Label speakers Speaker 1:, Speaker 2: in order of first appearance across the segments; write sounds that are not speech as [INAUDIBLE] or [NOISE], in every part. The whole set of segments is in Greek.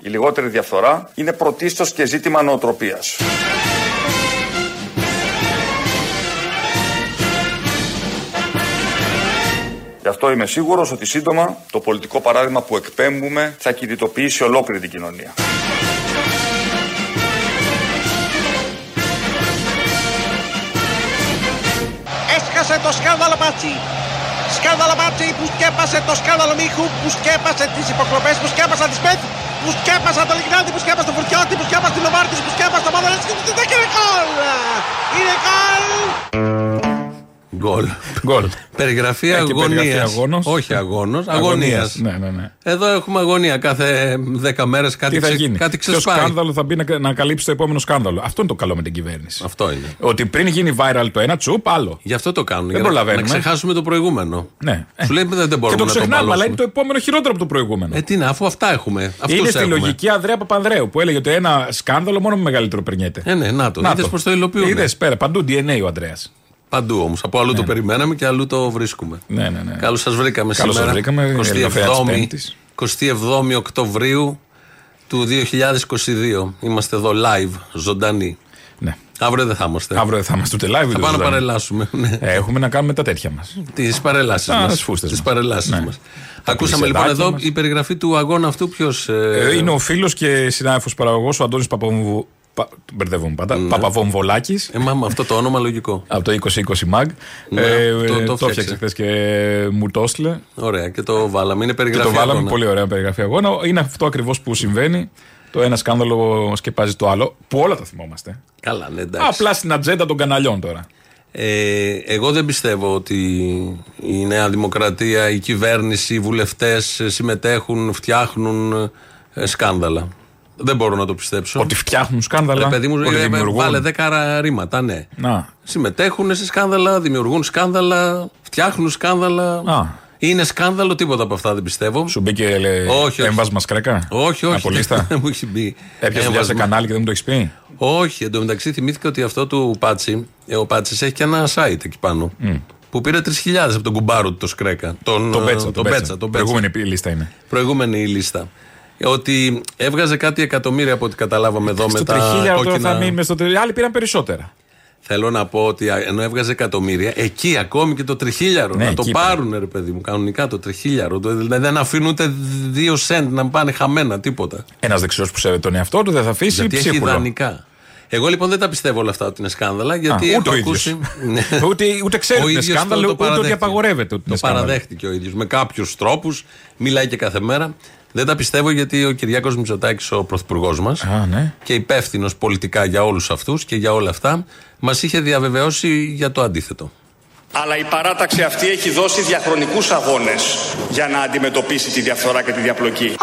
Speaker 1: λιγότερη διαφθορά είναι πρωτίστως και ζήτημα νοοτροπίας. Γι' αυτό είμαι σίγουρος ότι σύντομα το πολιτικό παράδειγμα που εκπέμπουμε θα κινητοποιήσει ολόκληρη την κοινωνία.
Speaker 2: Έσκασε το σκάνδαλο μπάτσι. Σκάνδαλο μπάτσι που σκέπασε το σκάνδαλο μίχου, που σκέπασε τις υποκλοπές, που σκέπασαν τις πέτ, που σκέπασαν το Λιγνάτη, που σκέπασε το Φουρτιώτη, που σκέπασε την Οβάρτη, που σκέπασε το Μαδαλέτσι και δεν έκανε γκολ. Είναι γκολ.
Speaker 3: Γκολ.
Speaker 4: Γκολ.
Speaker 3: Περιγραφή
Speaker 4: Ε, και περιγραφή
Speaker 3: αγωνία.
Speaker 4: αγώνος.
Speaker 3: Ε,
Speaker 4: Ε,
Speaker 3: Όχι αγώνος, αγωνίας.
Speaker 4: Ναι, ναι, ναι.
Speaker 3: Εδώ έχουμε αγωνία. Κάθε 10 μέρες κάτι,
Speaker 4: Τι θα
Speaker 3: ξε...
Speaker 4: γίνει.
Speaker 3: κάτι
Speaker 4: Ποιο
Speaker 3: ξεσπάει.
Speaker 4: σκάνδαλο θα μπει να, να καλύψει το επόμενο σκάνδαλο. Αυτό είναι το καλό με την κυβέρνηση.
Speaker 3: Αυτό είναι.
Speaker 4: Ότι πριν γίνει viral το ένα, τσουπ, άλλο.
Speaker 3: Γι' αυτό το κάνουν.
Speaker 4: Δεν
Speaker 3: για να, να
Speaker 4: προλαβαίνουμε.
Speaker 3: ξεχάσουμε το προηγούμενο.
Speaker 4: Ναι.
Speaker 3: Σου λέει δεν, δεν
Speaker 4: Και
Speaker 3: μπορούμε
Speaker 4: το
Speaker 3: να το
Speaker 4: ξεχνάμε, αλλά είναι
Speaker 3: μαλώσουμε.
Speaker 4: το επόμενο χειρότερο από το προηγούμενο.
Speaker 3: Ε, τι είναι, αφού αυτά έχουμε. Αυτούς
Speaker 4: είναι στη
Speaker 3: έχουμε.
Speaker 4: λογική Ανδρέα Παπανδρέου που έλεγε ότι ένα σκάνδαλο μόνο με μεγαλύτερο περνιέται.
Speaker 3: Ε, ναι, να το. Είδες πώς το υλοποιούν. ναι.
Speaker 4: Είδε πέρα, παντού DNA ο Ανδρέας.
Speaker 3: Παντού όμως. Από αλλού το περιμέναμε και αλλού το βρίσκουμε.
Speaker 4: Ναι, ναι, ναι.
Speaker 3: Καλώς σας βρήκαμε
Speaker 4: Καλώς σας
Speaker 3: σήμερα.
Speaker 4: βρήκαμε, Ελληνοφρέα της
Speaker 3: 27η
Speaker 4: Πέμπτης.
Speaker 3: 27η Οκτωβρίου του 2022. Είμαστε εδώ live, ζωντανοί.
Speaker 4: ναι.
Speaker 3: Αύριο δεν θα είμαστε.
Speaker 4: Αύριο θα είμαστε ούτε live. ούτε
Speaker 3: θα πάμε να
Speaker 4: ζωντανοί. [LAUGHS]
Speaker 3: παρελάσουμε. [LAUGHS] Ναι.
Speaker 4: Ε, Έχουμε να κάνουμε τα τέτοια μας.
Speaker 3: Τις παρελάσεις
Speaker 4: Α,
Speaker 3: μας.
Speaker 4: τις φούστες
Speaker 3: Τις
Speaker 4: μας.
Speaker 3: παρελάσεις
Speaker 4: Ναι.
Speaker 3: μας.
Speaker 4: Τα
Speaker 3: Ακούσαμε λοιπόν
Speaker 4: κλεισεδάκια
Speaker 3: εδώ
Speaker 4: μας.
Speaker 3: η περιγραφή του αγώνα αυτού. Ποιος.
Speaker 4: Ε, είναι ο φίλος και συνάδελφος παραγωγός ο Αντώνης Παπαβομβου... Πα... μπερδεύομαι πάντα.
Speaker 3: Ναι.
Speaker 4: Παπαβομβολάκης.
Speaker 3: Ε, μα, με αυτό το όνομα λογικό.
Speaker 4: Από το 2020 ΜΑΓ.
Speaker 3: Ναι,
Speaker 4: Ε,
Speaker 3: το- το φτιάξε.
Speaker 4: έφτιαξες χθες και μου το έστειλε.
Speaker 3: Ωραία, και το βάλαμε. Είναι
Speaker 4: Και
Speaker 3: περιγραφή.
Speaker 4: το βάλαμε
Speaker 3: αγώνα.
Speaker 4: πολύ ωραία περιγραφή αγώνα. Είναι αυτό ακριβώς που συμβαίνει. Το ένα σκάνδαλο σκεπάζει το άλλο. Που όλα τα θυμόμαστε.
Speaker 3: Καλά, ναι, εντάξει.
Speaker 4: Απλά στην ατζέντα των καναλιών τώρα.
Speaker 3: Ε, εγώ δεν πιστεύω ότι η Νέα Δημοκρατία, η κυβέρνηση, οι βουλευτές συμμετέχουν, φτιάχνουν ε, σκάνδαλα. Δεν μπορώ να το πιστέψω.
Speaker 4: Ότι φτιάχνουν σκάνδαλα.
Speaker 3: Ρε παιδί μου,
Speaker 4: ότι
Speaker 3: ε,
Speaker 4: δημιουργούν.
Speaker 3: βάλε δέκα ρήματα, ναι.
Speaker 4: Να.
Speaker 3: Συμμετέχουν σε σκάνδαλα, δημιουργούν σκάνδαλα, φτιάχνουν σκάνδαλα.
Speaker 4: Α.
Speaker 3: Είναι σκάνδαλο, τίποτα από αυτά δεν πιστεύω.
Speaker 4: Σου μπήκε λέ,
Speaker 3: Όχι, όχι.
Speaker 4: έμβασμα σκρέκα.
Speaker 3: Όχι, όχι.
Speaker 4: Από λίστα.
Speaker 3: [LAUGHS] Δεν μου έχει μπει.
Speaker 4: Έπιασε δουλειά σε
Speaker 3: έμβασμα.
Speaker 4: κανάλι και δεν μου το έχεις πει.
Speaker 3: Όχι, εντωμεταξύ θυμήθηκα ότι αυτό του Πάτσι, ε, ο Πάτσι έχει και ένα site εκεί πάνω.
Speaker 4: Mm.
Speaker 3: Που πήρε 3.000 από τον κουμπάρο του το Σκρέκα. Τον,
Speaker 4: Το
Speaker 3: ε,
Speaker 4: Μπέτσα. Το
Speaker 3: τον Πέτσα, τον Πέτσα.
Speaker 4: Προηγούμενη λίστα είναι.
Speaker 3: Προηγούμενη η λίστα. Ε, Ότι έβγαζε κάτι εκατομμύρια από ό,τι καταλάβαμε εδώ με
Speaker 4: Ε, Στο
Speaker 3: τα
Speaker 4: τριχίλιαρο τώρα
Speaker 3: κόκκινα.
Speaker 4: θα μείνουμε. Στο τρι- Άλλοι πήραν περισσότερα.
Speaker 3: Θέλω να πω ότι α, ενώ έβγαζε εκατομμύρια, εκεί ακόμη και το τριχίλιαρο.
Speaker 4: Ναι,
Speaker 3: να το
Speaker 4: εκεί
Speaker 3: πάρουν, ρε παιδί μου, κανονικά το τριχίλιαρο. Το- Δηλαδή δεν αφήνουν ούτε δύο σεντ να πάνε χαμένα, τίποτα.
Speaker 4: Ένας δεξιός που σέβεται τον εαυτό του δεν θα αφήσει
Speaker 3: Γιατί Δηλαδή, έχει
Speaker 4: ψίχουλο.
Speaker 3: ιδανικά. Εγώ λοιπόν δεν τα πιστεύω όλα αυτά ότι είναι σκάνδαλα,
Speaker 4: Α,
Speaker 3: γιατί
Speaker 4: ούτε
Speaker 3: έχω
Speaker 4: ο ίδιος.
Speaker 3: ακούσει. [LAUGHS] Ναι.
Speaker 4: ούτε, ούτε ξέρει
Speaker 3: Ο
Speaker 4: ότι είναι
Speaker 3: ίδιος το- το
Speaker 4: σκάνδαλο, ούτε ότι
Speaker 3: παραδέχτηκε.
Speaker 4: απαγορεύεται ότι
Speaker 3: Το
Speaker 4: είναι σκάνδαλο.
Speaker 3: παραδέχτηκε ο ίδιος. Με κάποιους τρόπους. Μιλάει και κάθε μέρα. Δεν τα πιστεύω γιατί ο Κυριάκος Μητσοτάκης, ο πρωθυπουργός μας
Speaker 4: Α, ναι.
Speaker 3: και υπεύθυνος πολιτικά για όλους αυτούς και για όλα αυτά, μας είχε διαβεβαιώσει για το αντίθετο.
Speaker 5: Αλλά η παράταξη αυτή έχει δώσει διαχρονικούς αγώνες για να αντιμετωπίσει τη διαφθορά και τη διαπλοκή.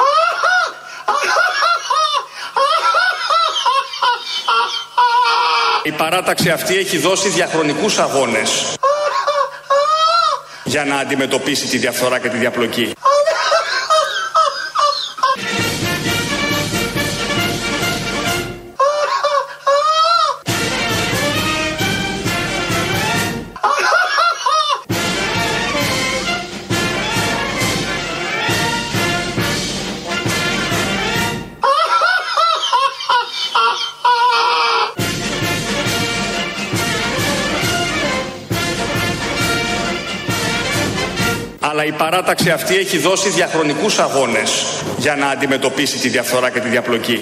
Speaker 5: Η παράταξη αυτή έχει δώσει διαχρονικούς αγώνες για να αντιμετωπίσει τη διαφθορά και τη διαπλοκή. Αλλά η παράταξη αυτή έχει δώσει διαχρονικούς αγώνες για να αντιμετωπίσει τη διαφθορά και τη διαπλοκή.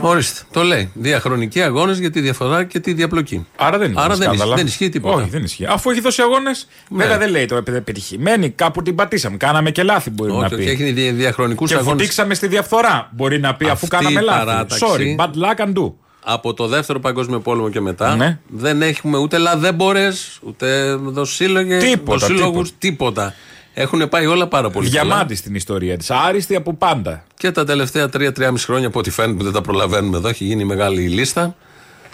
Speaker 3: Ορίστε, το λέει. Διαχρονικοί αγώνες για τη διαφορά και τη διαπλοκή.
Speaker 4: Άρα δεν, είναι
Speaker 3: Άρα δεν,
Speaker 4: σκάνδαλα.
Speaker 3: ισχύει- δεν ισχύει τίποτα. Ναι.
Speaker 4: Όχι, δεν ισχύει. Αφού έχει δώσει αγώνες, βέβαια δεν λέει το επι- πετυχημένη. Κάπου την πατήσαμε. Κάναμε και λάθη μπορεί
Speaker 3: όχι,
Speaker 4: να πει.
Speaker 3: όχι, έχει δια- διαχρονικούς
Speaker 4: Και
Speaker 3: αγώνες
Speaker 4: βουτήξαμε στη διαφθορά. Μπορεί να πει αφού
Speaker 3: Αυτή
Speaker 4: κάναμε
Speaker 3: η
Speaker 4: λάθη.
Speaker 3: παράταξη-
Speaker 4: Sorry, bad luck and do.
Speaker 3: από το δεύτερο Παγκόσμιο Πόλεμο και μετά
Speaker 4: Ναι.
Speaker 3: δεν έχουμε ούτε λαδέμπορες, ούτε δοσύλλογες,
Speaker 4: Τίποτα,
Speaker 3: δοσύλλογους, τίποτα. Έχουν πάει όλα πάρα πολύ καλά.
Speaker 4: Διαμάντη στην ιστορία της. Άριστη από πάντα.
Speaker 3: Και τα τελευταία 3-3,5 χρόνια, από ό,τι φαίνεται, δεν τα προλαβαίνουμε εδώ. Έχει γίνει μεγάλη η λίστα.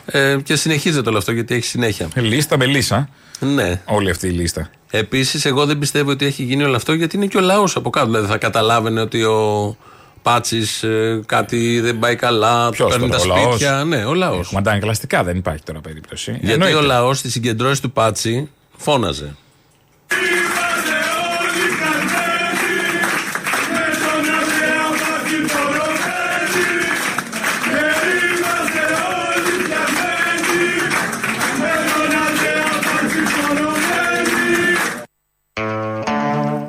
Speaker 3: Ε, και συνεχίζεται όλο αυτό γιατί έχει συνέχεια.
Speaker 4: Λίστα με λύσα.
Speaker 3: Ναι.
Speaker 4: Όλη αυτή η λίστα.
Speaker 3: Επίσης, εγώ δεν πιστεύω ότι έχει γίνει όλο αυτό γιατί είναι και ο λαός από κάτω. Δηλαδή, θα καταλάβαινε ότι ο Πάτση κάτι δεν πάει καλά, του
Speaker 4: Ποιος
Speaker 3: παίρνει τα
Speaker 4: τώρα, ο
Speaker 3: σπίτια. Ναι, ο λαός.
Speaker 4: Έχουμε αντανακλαστικά, δεν υπάρχει τώρα περίπτωση.
Speaker 3: Γιατί
Speaker 4: Εννοείται.
Speaker 3: ο λαός στις συγκεντρώσεις του Πάτση φώναζε.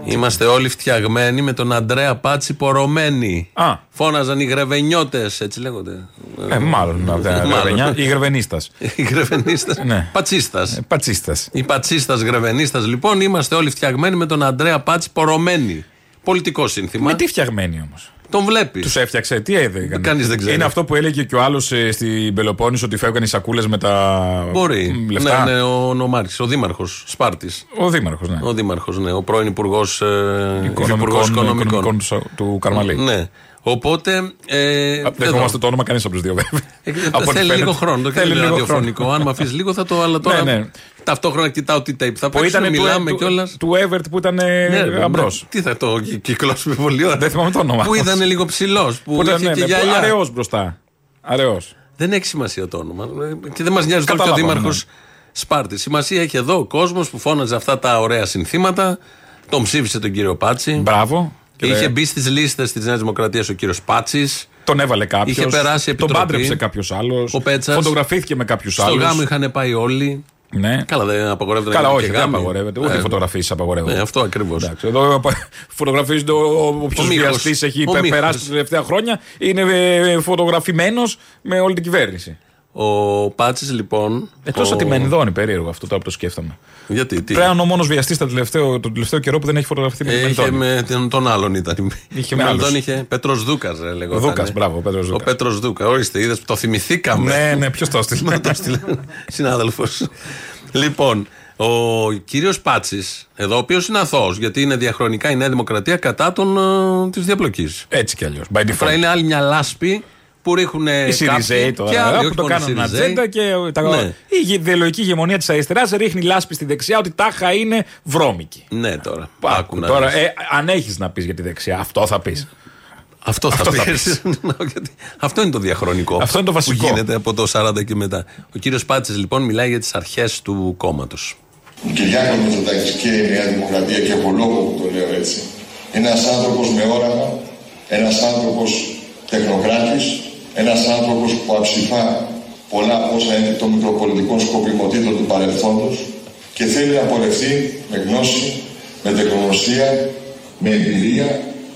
Speaker 3: Είμαστε όλοι φτιαγμένοι με τον Αντρέα Πάτσι πορωμένοι.
Speaker 4: Α.
Speaker 3: Φώναζαν οι γρεβενιώτες, έτσι λέγονται.
Speaker 4: Ε, μάλλον. να-
Speaker 3: Μάλλον.
Speaker 4: Γρεβενιά. Ή γρεβενίστας.
Speaker 3: Οι γρεβενίστε.
Speaker 4: Ναι.
Speaker 3: Πατσίστας.
Speaker 4: Πατσίστας.
Speaker 3: Οι πατσίστας γρεβενίστας λοιπόν είμαστε όλοι φτιαγμένοι με τον Αντρέα Πάτσι πορωμένοι. Πολιτικό σύνθημα.
Speaker 4: Με τι φτιαγμένοι όμως.
Speaker 3: Τον βλέπεις.
Speaker 4: Τους έφτιαξε, τι έδινε.
Speaker 3: Κανείς δεν ξέρει.
Speaker 4: Είναι αυτό που έλεγε και ο άλλος στην Πελοπόννησο ότι φεύγαν οι σακούλες με τα.
Speaker 3: Μπορεί.
Speaker 4: μ, λεφτά.
Speaker 3: Ναι, ναι, ο, ο Μάρκης, ο Δήμαρχος Σπάρτης.
Speaker 4: Ο Δήμαρχος, ναι.
Speaker 3: Ο Δήμαρχος, ναι. Ο πρώην Υπουργός
Speaker 4: Οικονομικών, οικονομικών του, Σα- του Καρμαλή.
Speaker 3: Ναι. Οπότε. Ε,
Speaker 4: Α, Δεν
Speaker 3: εδώ.
Speaker 4: θυμόμαστε το όνομα κανείς από τους δύο, βέβαια.
Speaker 3: Ε,
Speaker 4: Από ό,τι
Speaker 3: θέλει
Speaker 4: φαίνεται.
Speaker 3: λίγο χρόνο. Το
Speaker 4: Θέλει
Speaker 3: θέλει
Speaker 4: λίγο
Speaker 3: ραδιοφωνικό.
Speaker 4: χρόνο.
Speaker 3: Αν με αφήσεις λίγο θα το. Αλλά τώρα.
Speaker 4: Ναι, ναι.
Speaker 3: Ταυτόχρονα κοιτάω τι tape θα
Speaker 4: Που
Speaker 3: παίξουμε.
Speaker 4: ήταν
Speaker 3: Μιλάμε Ναι,
Speaker 4: του,
Speaker 3: κιόλας.
Speaker 4: του, του Εύερτ που ήταν αμπρό.
Speaker 3: τι θα το κυ- κυκλώσουμε πολύ ώρα.
Speaker 4: Δεν θυμάμαι το όνομα.
Speaker 3: Που ήταν λίγο ψηλός. Που,
Speaker 4: Που ήταν
Speaker 3: είχε και γυαλιά.
Speaker 4: αραιός μπροστά. Αραιός.
Speaker 3: Δεν έχει σημασία το όνομα. Και δεν μας νοιάζει τώρα και ο
Speaker 4: Καταλάβαμε,
Speaker 3: Δήμαρχος
Speaker 4: ναι.
Speaker 3: Σπάρτης. Σημασία έχει εδώ ο κόσμος που φώναζε αυτά τα ωραία συνθήματα. Τον ψήφισε τον κύριο Πάτση.
Speaker 4: Μπράβο. Και
Speaker 3: Είχε
Speaker 4: δε-
Speaker 3: μπει στις λίστες της Νέας Δημοκρατίας ο κύριος Πάτσης.
Speaker 4: Τον έβαλε κάποιος.
Speaker 3: Είχε περάσει
Speaker 4: Τον
Speaker 3: επιτροπή.
Speaker 4: πάντρεψε κάποιος άλλος.
Speaker 3: Ο Πέτσας.
Speaker 4: Φωτογραφήθηκε με κάποιους
Speaker 3: Στο
Speaker 4: άλλους.
Speaker 3: γάμο είχαν πάει όλοι.
Speaker 4: Ναι.
Speaker 3: Καλά, δεν απαγορεύεται
Speaker 4: Καλά,
Speaker 3: κάνουν
Speaker 4: όχι,
Speaker 3: και
Speaker 4: δεν
Speaker 3: γάμοι.
Speaker 4: απαγορεύεται. Ούτε
Speaker 3: Ε,
Speaker 4: οι φωτογραφίε
Speaker 3: Ναι,
Speaker 4: απαγορεύονται.
Speaker 3: αυτό ακριβώς.
Speaker 4: Εντάξει, εδώ ε, φωτογραφίζονται όποιο
Speaker 3: Ο Μίχος.
Speaker 4: βιαστής έχει
Speaker 3: Ο
Speaker 4: πε-
Speaker 3: Μίχος.
Speaker 4: περάσει τα τελευταία χρόνια. Είναι φωτογραφημένος με όλη την κυβέρνηση. Ε,
Speaker 3: Ο Πάτσης λοιπόν.
Speaker 4: Εκτό
Speaker 3: ο-
Speaker 4: ότι με ενδώνει περίεργο αυτό τώρα που το σκέφτομαι.
Speaker 3: Γιατί, τι.
Speaker 4: Πλέον ο μόνος βιαστής τον τελευταίο καιρό που δεν έχει φωτογραφηθεί με
Speaker 3: Ε,
Speaker 4: την
Speaker 3: Είχε
Speaker 4: ενδώνει.
Speaker 3: με τον, τον άλλον ήταν.
Speaker 4: Είχε
Speaker 3: με
Speaker 4: με
Speaker 3: τον
Speaker 4: άλλους.
Speaker 3: είχε. Πέτρος Δούκας, λέγω.
Speaker 4: Δούκας, μπράβο, ο Πέτρος
Speaker 3: ε. Ο
Speaker 4: Δούκας.
Speaker 3: Πέτρος Δούκας, ορίστε, είδες που το θυμηθήκαμε.
Speaker 4: Ναι, ναι, ποιος το έστειλε.
Speaker 3: [LAUGHS] Να το στείλε συνάδελφος. λοιπόν, ο κύριος Πάτσης, εδώ, ο οποίος είναι αθώος, γιατί είναι διαχρονικά η Νέα Δημοκρατία κατά των, της διαπλοκής.
Speaker 4: Έτσι κι αλλιώς. By
Speaker 3: Τώρα
Speaker 4: default.
Speaker 3: είναι άλλη μια λάσπη που ρίχνουν.
Speaker 4: Οι ΣΥΡΙΖΕΙ τώρα ε, που το κάνουν ατζέντα και ε, τα-
Speaker 3: Ναι.
Speaker 4: η ιδεολογική ηγεμονία της αριστεράς ρίχνει λάσπη στη δεξιά ότι τάχα είναι βρώμικη.
Speaker 3: Ναι, τώρα. ναι. Άκου
Speaker 4: Άκου
Speaker 3: να
Speaker 4: τώρα,
Speaker 3: δεις.
Speaker 4: ε, αν έχεις να πεις για τη δεξιά, αυτό θα πεις.
Speaker 3: Αυτό θα
Speaker 4: Αυτό θα
Speaker 3: πεις. [LAUGHS] Γιατί Αυτό είναι το διαχρονικό.
Speaker 4: Αυτό είναι το βασικό.
Speaker 3: Που γίνεται από το 40 και μετά. Ο κύριος Πάτση λοιπόν μιλάει για τις αρχές του κόμματος.
Speaker 6: Ο Κυριάκος Μητσοτάκης και η Νέα Δημοκρατία και έχω λόγο που το λέω έτσι. Ένας άνθρωπος με όραμα, ένας άνθρωπος τεχνοκράτης, ένας άνθρωπος που αψηφά πολλά από όσα είναι των μικροπολιτικών σκοπιμοτήτων του παρελθόντος και θέλει να πορευτεί με γνώση, με τεχνογνωσία, με εμπειρία,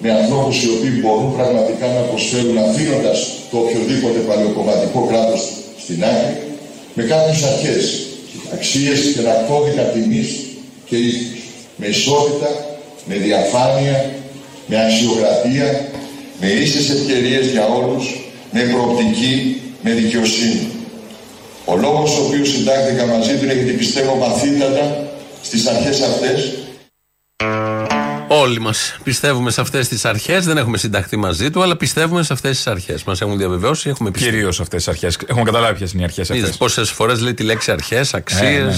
Speaker 6: με ανθρώπους οι οποίοι μπορούν πραγματικά να προσφέρουν αφήνοντας το οποιοδήποτε παλαιοκομματικό κράτος στην άκρη με κάποιες αρχές, αξίες και ένα κώδικα τιμής και ήθους. Με ισότητα, με διαφάνεια, με αξιοκρατία, με ίσες ευκαιρίες για όλους, με προοπτική, με δικαιοσύνη. Ο λόγος ο οποίος συντάχθηκα μαζί του είναι γιατί πιστεύω βαθύτατα στις αρχές αυτές
Speaker 3: Όλοι μας πιστεύουμε σε αυτές τις αρχές. Δεν έχουμε συνταχθεί μαζί του, αλλά πιστεύουμε σε αυτές τις αρχές. Μας έχουν διαβεβαιώσει, έχουμε πιστεί.
Speaker 4: Κυρίω αυτές τις αρχές. Έχουμε καταλάβει ποιες είναι οι αρχές αυτέ.
Speaker 3: Είδε πόσες φορές λέει τη λέξη αρχές, αξίε.
Speaker 4: Ε, ναι, ναι.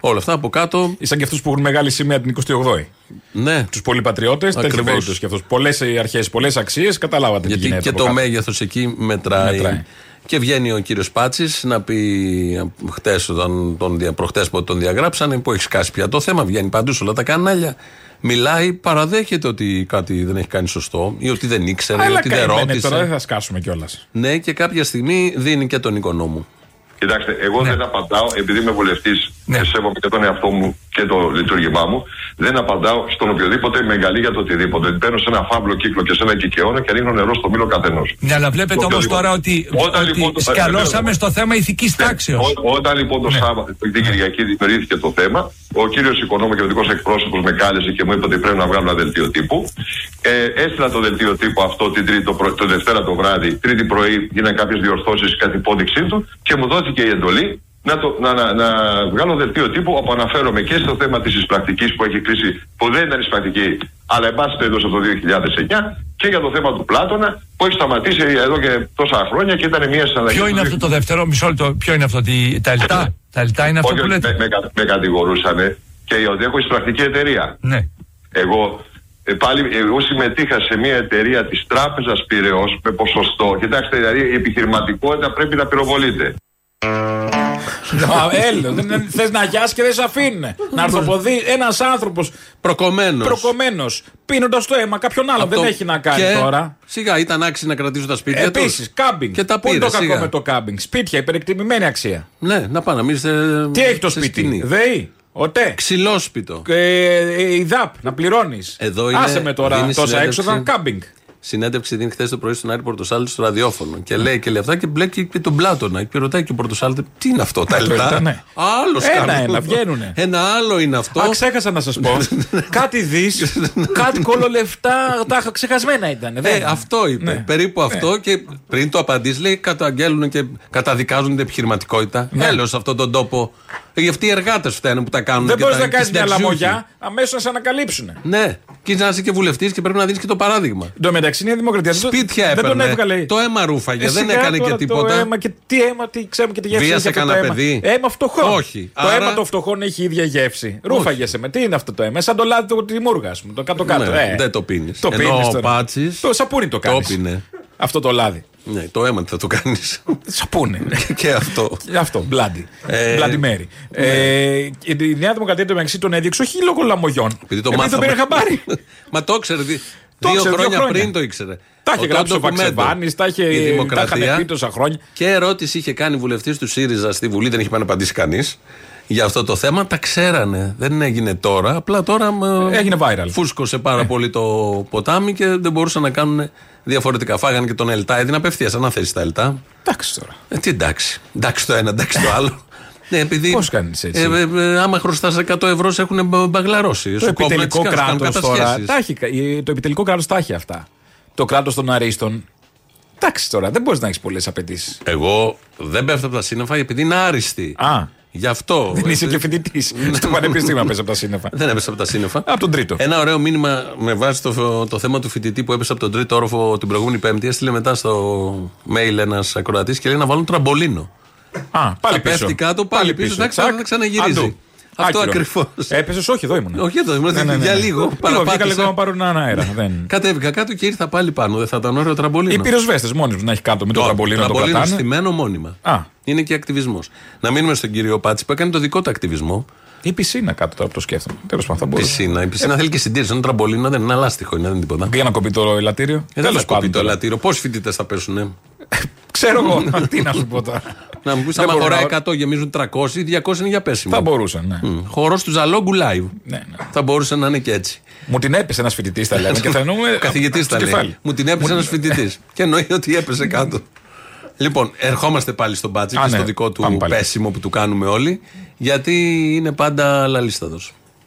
Speaker 3: Όλα αυτά από κάτω.
Speaker 4: Σαν και αυτούς που έχουν μεγάλη σημαία την 28η.
Speaker 3: Ναι.
Speaker 4: Τους πολυπατριώτε, τέτοια
Speaker 3: Ακριβώς.
Speaker 4: περίπτωση και αυτούς. Πολλές αρχές, πολλές αξίες, καταλάβατε τι
Speaker 3: Γιατί
Speaker 4: γίνεται
Speaker 3: και
Speaker 4: από
Speaker 3: το
Speaker 4: κάτω.
Speaker 3: μέγεθος εκεί μετράει.
Speaker 4: Μετράει.
Speaker 3: Και βγαίνει ο κύριος Πάτσης να πει χτες, όταν τον, δια- προχτές που τον διαγράψανε, που έχει σκάσει πια το θέμα, βγαίνει παντού σε όλα τα κανάλια. Μιλάει, παραδέχεται ότι κάτι δεν έχει κάνει σωστό ή ότι δεν ήξερε ή
Speaker 4: Αλλά
Speaker 3: ότι δεν
Speaker 4: καημένε
Speaker 3: ρώτησε.
Speaker 4: τώρα, ε. δεν θα σκάσουμε κιόλας.
Speaker 3: Ναι, και κάποια στιγμή δίνει και τον οικονόμου.
Speaker 7: Κοιτάξτε, εγώ
Speaker 8: Ναι.
Speaker 7: δεν απαντάω, επειδή είμαι βουλευτής
Speaker 4: Ναι.
Speaker 7: και σέβομαι και τον εαυτό μου και το λειτουργήμά μου, δεν απαντάω στον οποιοδήποτε με εγκαλεί για το οτιδήποτε. Μπαίνω σε ένα φαύλο κύκλο και σε ένα κικαιώνα και ρίχνω νερό στο μήλο καθενός.
Speaker 8: Ναι, αλλά βλέπετε
Speaker 7: Το
Speaker 8: όμως
Speaker 7: πιο
Speaker 8: τώρα
Speaker 7: λίγο.
Speaker 8: ότι,
Speaker 7: Όταν
Speaker 8: ότι
Speaker 7: λοιπόν το-
Speaker 8: σκαλώσαμε στο θέμα ηθικής τάξεω.
Speaker 7: Ναι. Ό, όταν λοιπόν το Σάββατο, την Κυριακή, δημιουργήθηκε το θέμα, ο κύριος οικονόμος και δικό εκπρόσωπος με κάλεσε και μου είπε ότι πρέπει να βγάλω ένα δελτίο τύπου. Ε, έστειλα το δελτίο τύπου αυτό την τρίτη, το, πρω- το Δευτέρα το βράδυ, Τρίτη πρωί, γίνανε κάποιες διορθώσεις κατά υπόδειξή του και μου δόθηκε η εντολή να, το, να, να, να Ε, βγάλω δελτίο τύπου όπου αναφέρομαι και στο θέμα της εισπρακτικής που έχει κλείσει, που δεν ήταν εισπρακτική, αλλά εν πάση περιπτώσει από το 2009, και για το θέμα του Πλάτωνα που έχει σταματήσει εδώ και τόσα χρόνια και ήταν μια συναλλαγή.
Speaker 8: Ποιο
Speaker 7: του
Speaker 8: είναι αυτό το δεύτερο, μισό λεπτό, ποιο είναι αυτό, ότι τα λιτά. Τα λιτά είναι αυτό
Speaker 7: Ε, ναι. όχι,
Speaker 8: που
Speaker 7: όχι,
Speaker 8: λέτε.
Speaker 7: με, με, κα- με κατηγορούσανε και ότι έχω εισπρακτική εταιρεία.
Speaker 8: Ναι.
Speaker 7: Εγώ, ε, πάλι, εγώ συμμετείχα σε μια εταιρεία της Τράπεζας Πυραιός με ποσοστό. Κοιτάξτε, δηλαδή η επιχειρηματικότητα πρέπει να πυροβολείται.
Speaker 4: Έλληνο, δεν θες να γιάσεις και δεν σε αφήνουν. Να αρθοποδεί ένας άνθρωπος
Speaker 3: Προκομμένος.
Speaker 4: προκομμένος, πίνοντας το αίμα κάποιον άλλον. Δεν έχει να κάνει τώρα.
Speaker 3: Σιγά, ήταν άξιοι να κρατήσουν τα σπίτια τους.
Speaker 4: Επίσης, κάμπινγκ.
Speaker 3: Και τα
Speaker 4: Πού
Speaker 3: πήρε,
Speaker 4: είναι το κακό
Speaker 3: σιγά.
Speaker 4: με το κάμπινγκ. Σπίτια, υπερεκτιμημένη αξία.
Speaker 3: Ναι, να πάνε. εμείς, ε,
Speaker 4: Τι έχει το
Speaker 3: σε
Speaker 4: σπίτι,
Speaker 3: σκηνή.
Speaker 4: ΔΕΗ. Οτέ.
Speaker 3: Ξυλόσπιτο.
Speaker 4: Ε, ε, η ΔΑΠ να πληρώνεις.
Speaker 3: Εδώ είναι-
Speaker 4: Άσε με τώρα
Speaker 3: δίνει
Speaker 4: τόσα
Speaker 3: συνέντευξη.
Speaker 4: έξοδα. Κάμπινγκ.
Speaker 3: Συνέντευξη δίνει χθες το πρωί στον Άρη Πορτοσάλτη στο ραδιόφωνο. Και λέει και λέει αυτά και μπλέκει και τον πλάτωνα. Και ρωτάει και ο Πορτοσάλτη, τι είναι αυτό, τα
Speaker 4: το
Speaker 3: λεπτά.
Speaker 4: ήταν, ναι.
Speaker 3: Άλλος
Speaker 4: Ένα, ένα, βγαίνουνε.
Speaker 3: Ένα άλλο είναι αυτό.
Speaker 4: Α, ξέχασα να
Speaker 3: [LAUGHS]
Speaker 4: σας πω.
Speaker 3: Ναι,
Speaker 4: κάτι δι, κάτι κολολεφτά. Τα είχα ξεχασμένα ήταν.
Speaker 3: Ε, αυτό είπε.
Speaker 4: Ναι.
Speaker 3: Περίπου αυτό και πριν το απαντήσει, λέει καταγγέλνουν και καταδικάζουν την επιχειρηματικότητα. Ναι. σε αυτόν τον τόπο. Ε, αυτοί οι εργάτες φταίνουν που τα κάνουν
Speaker 4: Δεν
Speaker 3: και
Speaker 4: μπορείς
Speaker 3: τα-
Speaker 4: να
Speaker 3: και
Speaker 4: κάνει μια
Speaker 3: συνταξιούχοι.
Speaker 4: λαμογιά, αμέσως να σε ανακαλύψουν.
Speaker 3: Ναι. Και να είσαι και βουλευτής και πρέπει να δίνεις και το παράδειγμα.
Speaker 4: Εν τω μεταξύ είναι η Δημοκρατία. Δεν το-
Speaker 3: Σπίτια
Speaker 4: Δεν τον
Speaker 3: έπαιρνε.
Speaker 4: έβγαλε.
Speaker 3: Το αίμα ρούφαγε.
Speaker 4: Ε,
Speaker 3: Δεν
Speaker 4: σιγά
Speaker 3: έκανε
Speaker 4: τώρα
Speaker 3: και τίποτα.
Speaker 4: Το αίμα και τι αίμα, τι ξέρουμε και τη γεύση.
Speaker 3: Βίασε
Speaker 4: έχει αυτό το
Speaker 3: κανένα
Speaker 4: αίμα.
Speaker 3: παιδί?
Speaker 4: Αίμα φτωχό.
Speaker 3: Όχι.
Speaker 4: Το
Speaker 3: Άρα-
Speaker 4: αίμα των φτωχών έχει ίδια γεύση. Ρούφαγεσαι με. Τι είναι αυτό το αίμα. Σαν το λάδι του Τιμούργα, ας πούμε. Το κάτω-κάτω.
Speaker 3: Ναι,
Speaker 4: Ε,
Speaker 3: δεν το πίνεις.
Speaker 4: Το
Speaker 3: Ενώ
Speaker 4: πίνεις
Speaker 3: ο
Speaker 4: τώρα.
Speaker 3: Πάτσης
Speaker 4: Το σαπούνι το
Speaker 3: το
Speaker 4: κάνεις.
Speaker 3: πίνε.
Speaker 4: Αυτό το λάδι.
Speaker 3: Ναι, το αίμα τι θα το κάνεις.
Speaker 4: Σαπούνι.
Speaker 3: [LAUGHS]
Speaker 4: [LAUGHS]
Speaker 3: και αυτό.
Speaker 4: Αυτό, μπλάντι.
Speaker 3: Ε,
Speaker 4: Μπλάντι Μέρι. Ε, και Η Νέα Δημοκρατία το μεταξύ τον έδιωξε όχι λόγω λαμογιών.
Speaker 3: Επειδή το
Speaker 4: τον
Speaker 3: μάθαμε. [LAUGHS]
Speaker 4: πήρε χαμπάρι.
Speaker 3: Μα το ήξερε. δι-
Speaker 4: Το
Speaker 3: δύο,
Speaker 4: ήξερε, δύο
Speaker 3: χρόνια
Speaker 4: χρόνια.
Speaker 3: πριν το ήξερε.
Speaker 4: Τα είχε
Speaker 3: Ο
Speaker 4: γράψει ο
Speaker 3: ντοκουμέντο.
Speaker 4: Βαξεβάνη, τα είχε-
Speaker 3: Η
Speaker 4: τα είχαν
Speaker 3: Δημοκρατία.
Speaker 4: πει τόσα χρόνια.
Speaker 3: Και ερώτηση είχε κάνει βουλευτής του ΣΥΡΙΖΑ στη Βουλή, δεν είχε πάνε απαντήσει κανείς για αυτό το θέμα. Τα ξέρανε. Δεν έγινε τώρα. Απλά τώρα. μ,
Speaker 4: Έγινε viral. Ε.
Speaker 3: Φούσκωσε πάρα πολύ το ποτάμι και δεν μπορούσαν να κάνουν διαφορετικά. Φάγανε και τον Ελτά. Έδινε απευθεία ανάθεση τα Ελτά.
Speaker 4: Εντάξει τώρα.
Speaker 3: Ε, τι εντάξει. Εντάξει το ένα, εντάξει το άλλο. [LAUGHS] Ναι, επειδή.
Speaker 4: Πώς κάνεις έτσι?
Speaker 3: Ε, ε, ε, άμα χρωστάς 100 ευρώ, σε έχουν μπα- μπαγλαρώσει.
Speaker 4: Το
Speaker 3: Σου κόβουνε
Speaker 4: επιτελικό
Speaker 3: τις κάρτες, κάνουν
Speaker 4: κράτος τώρα.
Speaker 3: κατασχέσεις.
Speaker 4: Τα έχει, ε, το επιτελικό κράτος τα έχει αυτά. Το κράτος των Αρίστων. Εντάξει τώρα, δεν μπορείς να έχεις πολλές απαιτήσεις.
Speaker 3: Εγώ δεν πέφτω από τα σύννεφα επειδή είναι άριστη.
Speaker 4: Α,
Speaker 3: Γι' αυτό.
Speaker 4: δεν είσαι
Speaker 3: Ε,
Speaker 4: και φοιτητής. Στο πανεπιστήμιο πέσει από τα σύννεφα.
Speaker 3: Δεν έπεσα από τα σύννεφα.
Speaker 4: Από τον τρίτο.
Speaker 3: Ένα ωραίο μήνυμα με βάση το, το θέμα του φοιτητή που έπεσε από τον τρίτο όροφο την προηγούμενη Πέμπτη. Έστειλε μετά στο mail ένας ακροατής και λέει να βάλουν τραμπολίνο.
Speaker 4: Α, πάλι
Speaker 3: Θα
Speaker 4: πίσω.
Speaker 3: πέφτει κάτω, πάλι πίσω, εντάξει,
Speaker 4: Τσακ.
Speaker 3: θα ξαναγυρίζει.
Speaker 4: Αντού.
Speaker 3: Αυτό
Speaker 4: Άκυρο.
Speaker 3: ακριβώς.
Speaker 4: Έπεσες, όχι, εδώ Ναι, ήμουν.
Speaker 3: Όχι, εδώ ήμουν, για λίγο, παραπάτησα.
Speaker 4: Πήγα λίγο να πάρω έναν αέρα. δεν-
Speaker 3: Κατέβηκα κάτω και ήρθα πάλι πάνω. Δεν θα ήταν ωραίο τραμπολίνο.
Speaker 4: Οι πυροσβέστες μόνοι τους να έχει κάτω με το τραμπολίνο να το
Speaker 3: τραμπολίνο
Speaker 4: κρατάνε.
Speaker 3: στημένο μόνιμα.
Speaker 4: Α.
Speaker 3: Είναι και ακτιβισμός. Να μείνουμε στον κύριο Πάτση που έκανε το δικό του ακτιβισμό.
Speaker 4: Ή πισίνα κάτω τώρα που το σκέφτομαι. Τέλος πάντων, θα μπορούσε.
Speaker 3: Πισίνα. Η πισίνα θέλει και συντήρηση. Ένα τραμπολίνο δεν είναι αλάστιχο, είναι, δεν είναι τίποτα.
Speaker 4: Για να κοπεί το ελαττήριο.
Speaker 3: Ε, δεν θα
Speaker 4: Τέλος
Speaker 3: κοπεί
Speaker 4: πάντων.
Speaker 3: το
Speaker 4: τώρα.
Speaker 3: ελαττήριο. Πόσοι φοιτητές θα πέσουν, ε?
Speaker 4: Ξέρω εγώ. [LAUGHS] Τι να σου πω τώρα.
Speaker 3: Να μου πεις,
Speaker 4: Δεν
Speaker 3: άμα
Speaker 4: μπορώ
Speaker 3: χωράει
Speaker 4: να-
Speaker 3: 100, γεμίζουν 300 ή 200 είναι για πέσιμο.
Speaker 4: Θα μπορούσαν, ναι.
Speaker 3: Χορός του Ζαλόγκου live.
Speaker 4: Ναι, Ε, ναι.
Speaker 3: Θα μπορούσε να είναι και έτσι.
Speaker 4: Μου την έπεσε ένας φοιτητής, τα λέμε. και θα εννοούμε.
Speaker 3: [LAUGHS] Ο καθηγητής
Speaker 4: στο
Speaker 3: τα λέει.
Speaker 4: κεφάλι.
Speaker 3: Μου την έπεσε ένα φοιτητής. και εννοεί ότι έπεσε κάτω. Λοιπόν, ερχόμαστε πάλι στον Μπάτζη
Speaker 4: Α,
Speaker 3: και
Speaker 4: ναι.
Speaker 3: στο δικό του
Speaker 4: Πάμε πάλι.
Speaker 3: πέσιμο που του κάνουμε όλοι. Γιατί είναι πάντα λαλίστατος.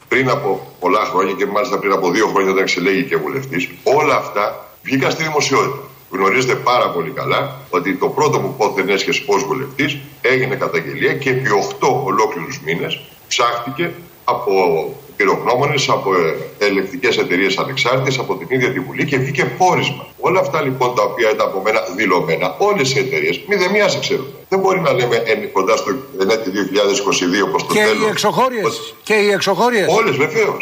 Speaker 6: πριν από πολλά χρόνια και μάλιστα πριν από δύο χρόνια όταν εξελέγει και βουλευτής, όλα αυτά βγήκαν στη δημοσιότητα. Γνωρίζετε πάρα πολύ καλά ότι το πρώτο μου πόθεν έσχεση ως βουλευτής έγινε καταγγελία και επί 8 ολόκληρους μήνες ψάχτηκε από πυρογνώμονες, από ε, ελεκτικές εταιρείες ανεξάρτητες, από την ίδια τη Βουλή και βγήκε πόρισμα. Όλα αυτά λοιπόν τα οποία ήταν από μένα δηλωμένα, όλες οι εταιρείες, μη δε μία σε ξέρουν. Δεν μπορεί να λέμε εν, κοντά στο ενέτη 2022 προ το
Speaker 9: Και
Speaker 6: τέλος
Speaker 9: οι εξωχώριε.
Speaker 6: ότι-
Speaker 9: Και οι εξωχώριες.
Speaker 6: Όλες βεβαίως.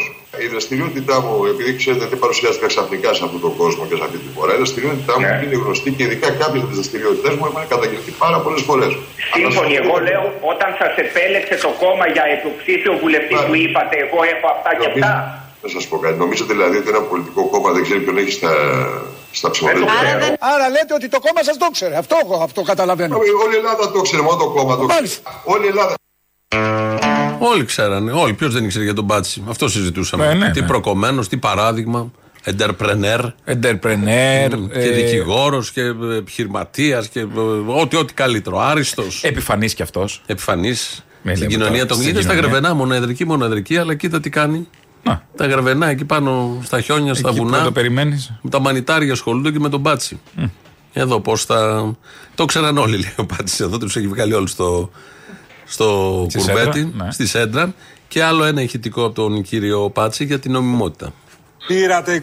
Speaker 6: Η δραστηριότητά μου, επειδή ξέρετε, δεν παρουσιάστηκα ξαφνικά σε αυτόν τον κόσμο και σε αυτή τη φορά, η δραστηριότητά μου
Speaker 10: Ναι.
Speaker 6: είναι γνωστή και ειδικά κάποιες από τις δραστηριότητές μου έχουν καταγγελθεί πάρα πολλές φορές.
Speaker 10: Σύμφωνοι, εγώ λέω, όταν σας επέλεξε το κόμμα για υποψήφιο βουλευτή,
Speaker 6: Ναι.
Speaker 10: του είπατε εγώ έχω αυτά και αυτά.
Speaker 6: Να σας πω κάτι. Νομίζω δηλαδή ότι ένα πολιτικό κόμμα δεν ξέρει ποιον έχει στα, στα ψηφοδέλτια.
Speaker 9: Άρα λέτε ότι το κόμμα σας το ξέρει. Αυτό, εγώ- αυτό καταλαβαίνω.
Speaker 6: Όλη η Ελλάδα το ξέρει, μόνο το κόμμα το ξέρει.
Speaker 9: Μάλιστα.
Speaker 6: Όλη η Ελλάδα.
Speaker 3: Όλοι ξέρανε. Όλοι. Ποιος δεν ήξερε για τον Μπάτση. Αυτό συζητούσαμε.
Speaker 4: Ναι, ναι,
Speaker 3: τι
Speaker 4: ναι.
Speaker 3: προκομμένος, τι παράδειγμα. Entrepreneur.
Speaker 9: Ε,
Speaker 4: Εντερπρενέρ. ε,
Speaker 3: και δικηγόρος και επιχειρηματίας και ε, ό,τι, ό,τι καλύτερο. Άριστος.
Speaker 4: Επιφανής κι αυτός.
Speaker 3: Επιφανής.
Speaker 4: Ε,
Speaker 3: Στην
Speaker 4: λέμε τώρα,
Speaker 3: κοινωνία των
Speaker 4: στην
Speaker 3: Είδε τα
Speaker 4: κοινωνία.
Speaker 3: γρεβενά, μονοεδρική, μονοεδρική, αλλά κοίτα τι κάνει.
Speaker 4: Να.
Speaker 3: Τα γρεβενά εκεί πάνω στα χιόνια, στα
Speaker 4: Εκεί που
Speaker 3: βουνά.
Speaker 4: το περιμένεις.
Speaker 3: Με τα μανιτάρια ασχολούνται και με τον Μπάτσι. Εδώ πώς θα. Το ξέραν όλοι, λέει ο Μπάτσι. Εδώ τους έχει βγάλει όλους στο, στο
Speaker 4: Στη
Speaker 3: κουρβέτι,
Speaker 4: σέντρα, ναι.
Speaker 3: στη σέντρα. Και άλλο ένα ηχητικό από τον κύριο Πάτση για την νομιμότητα.
Speaker 11: Πήρατε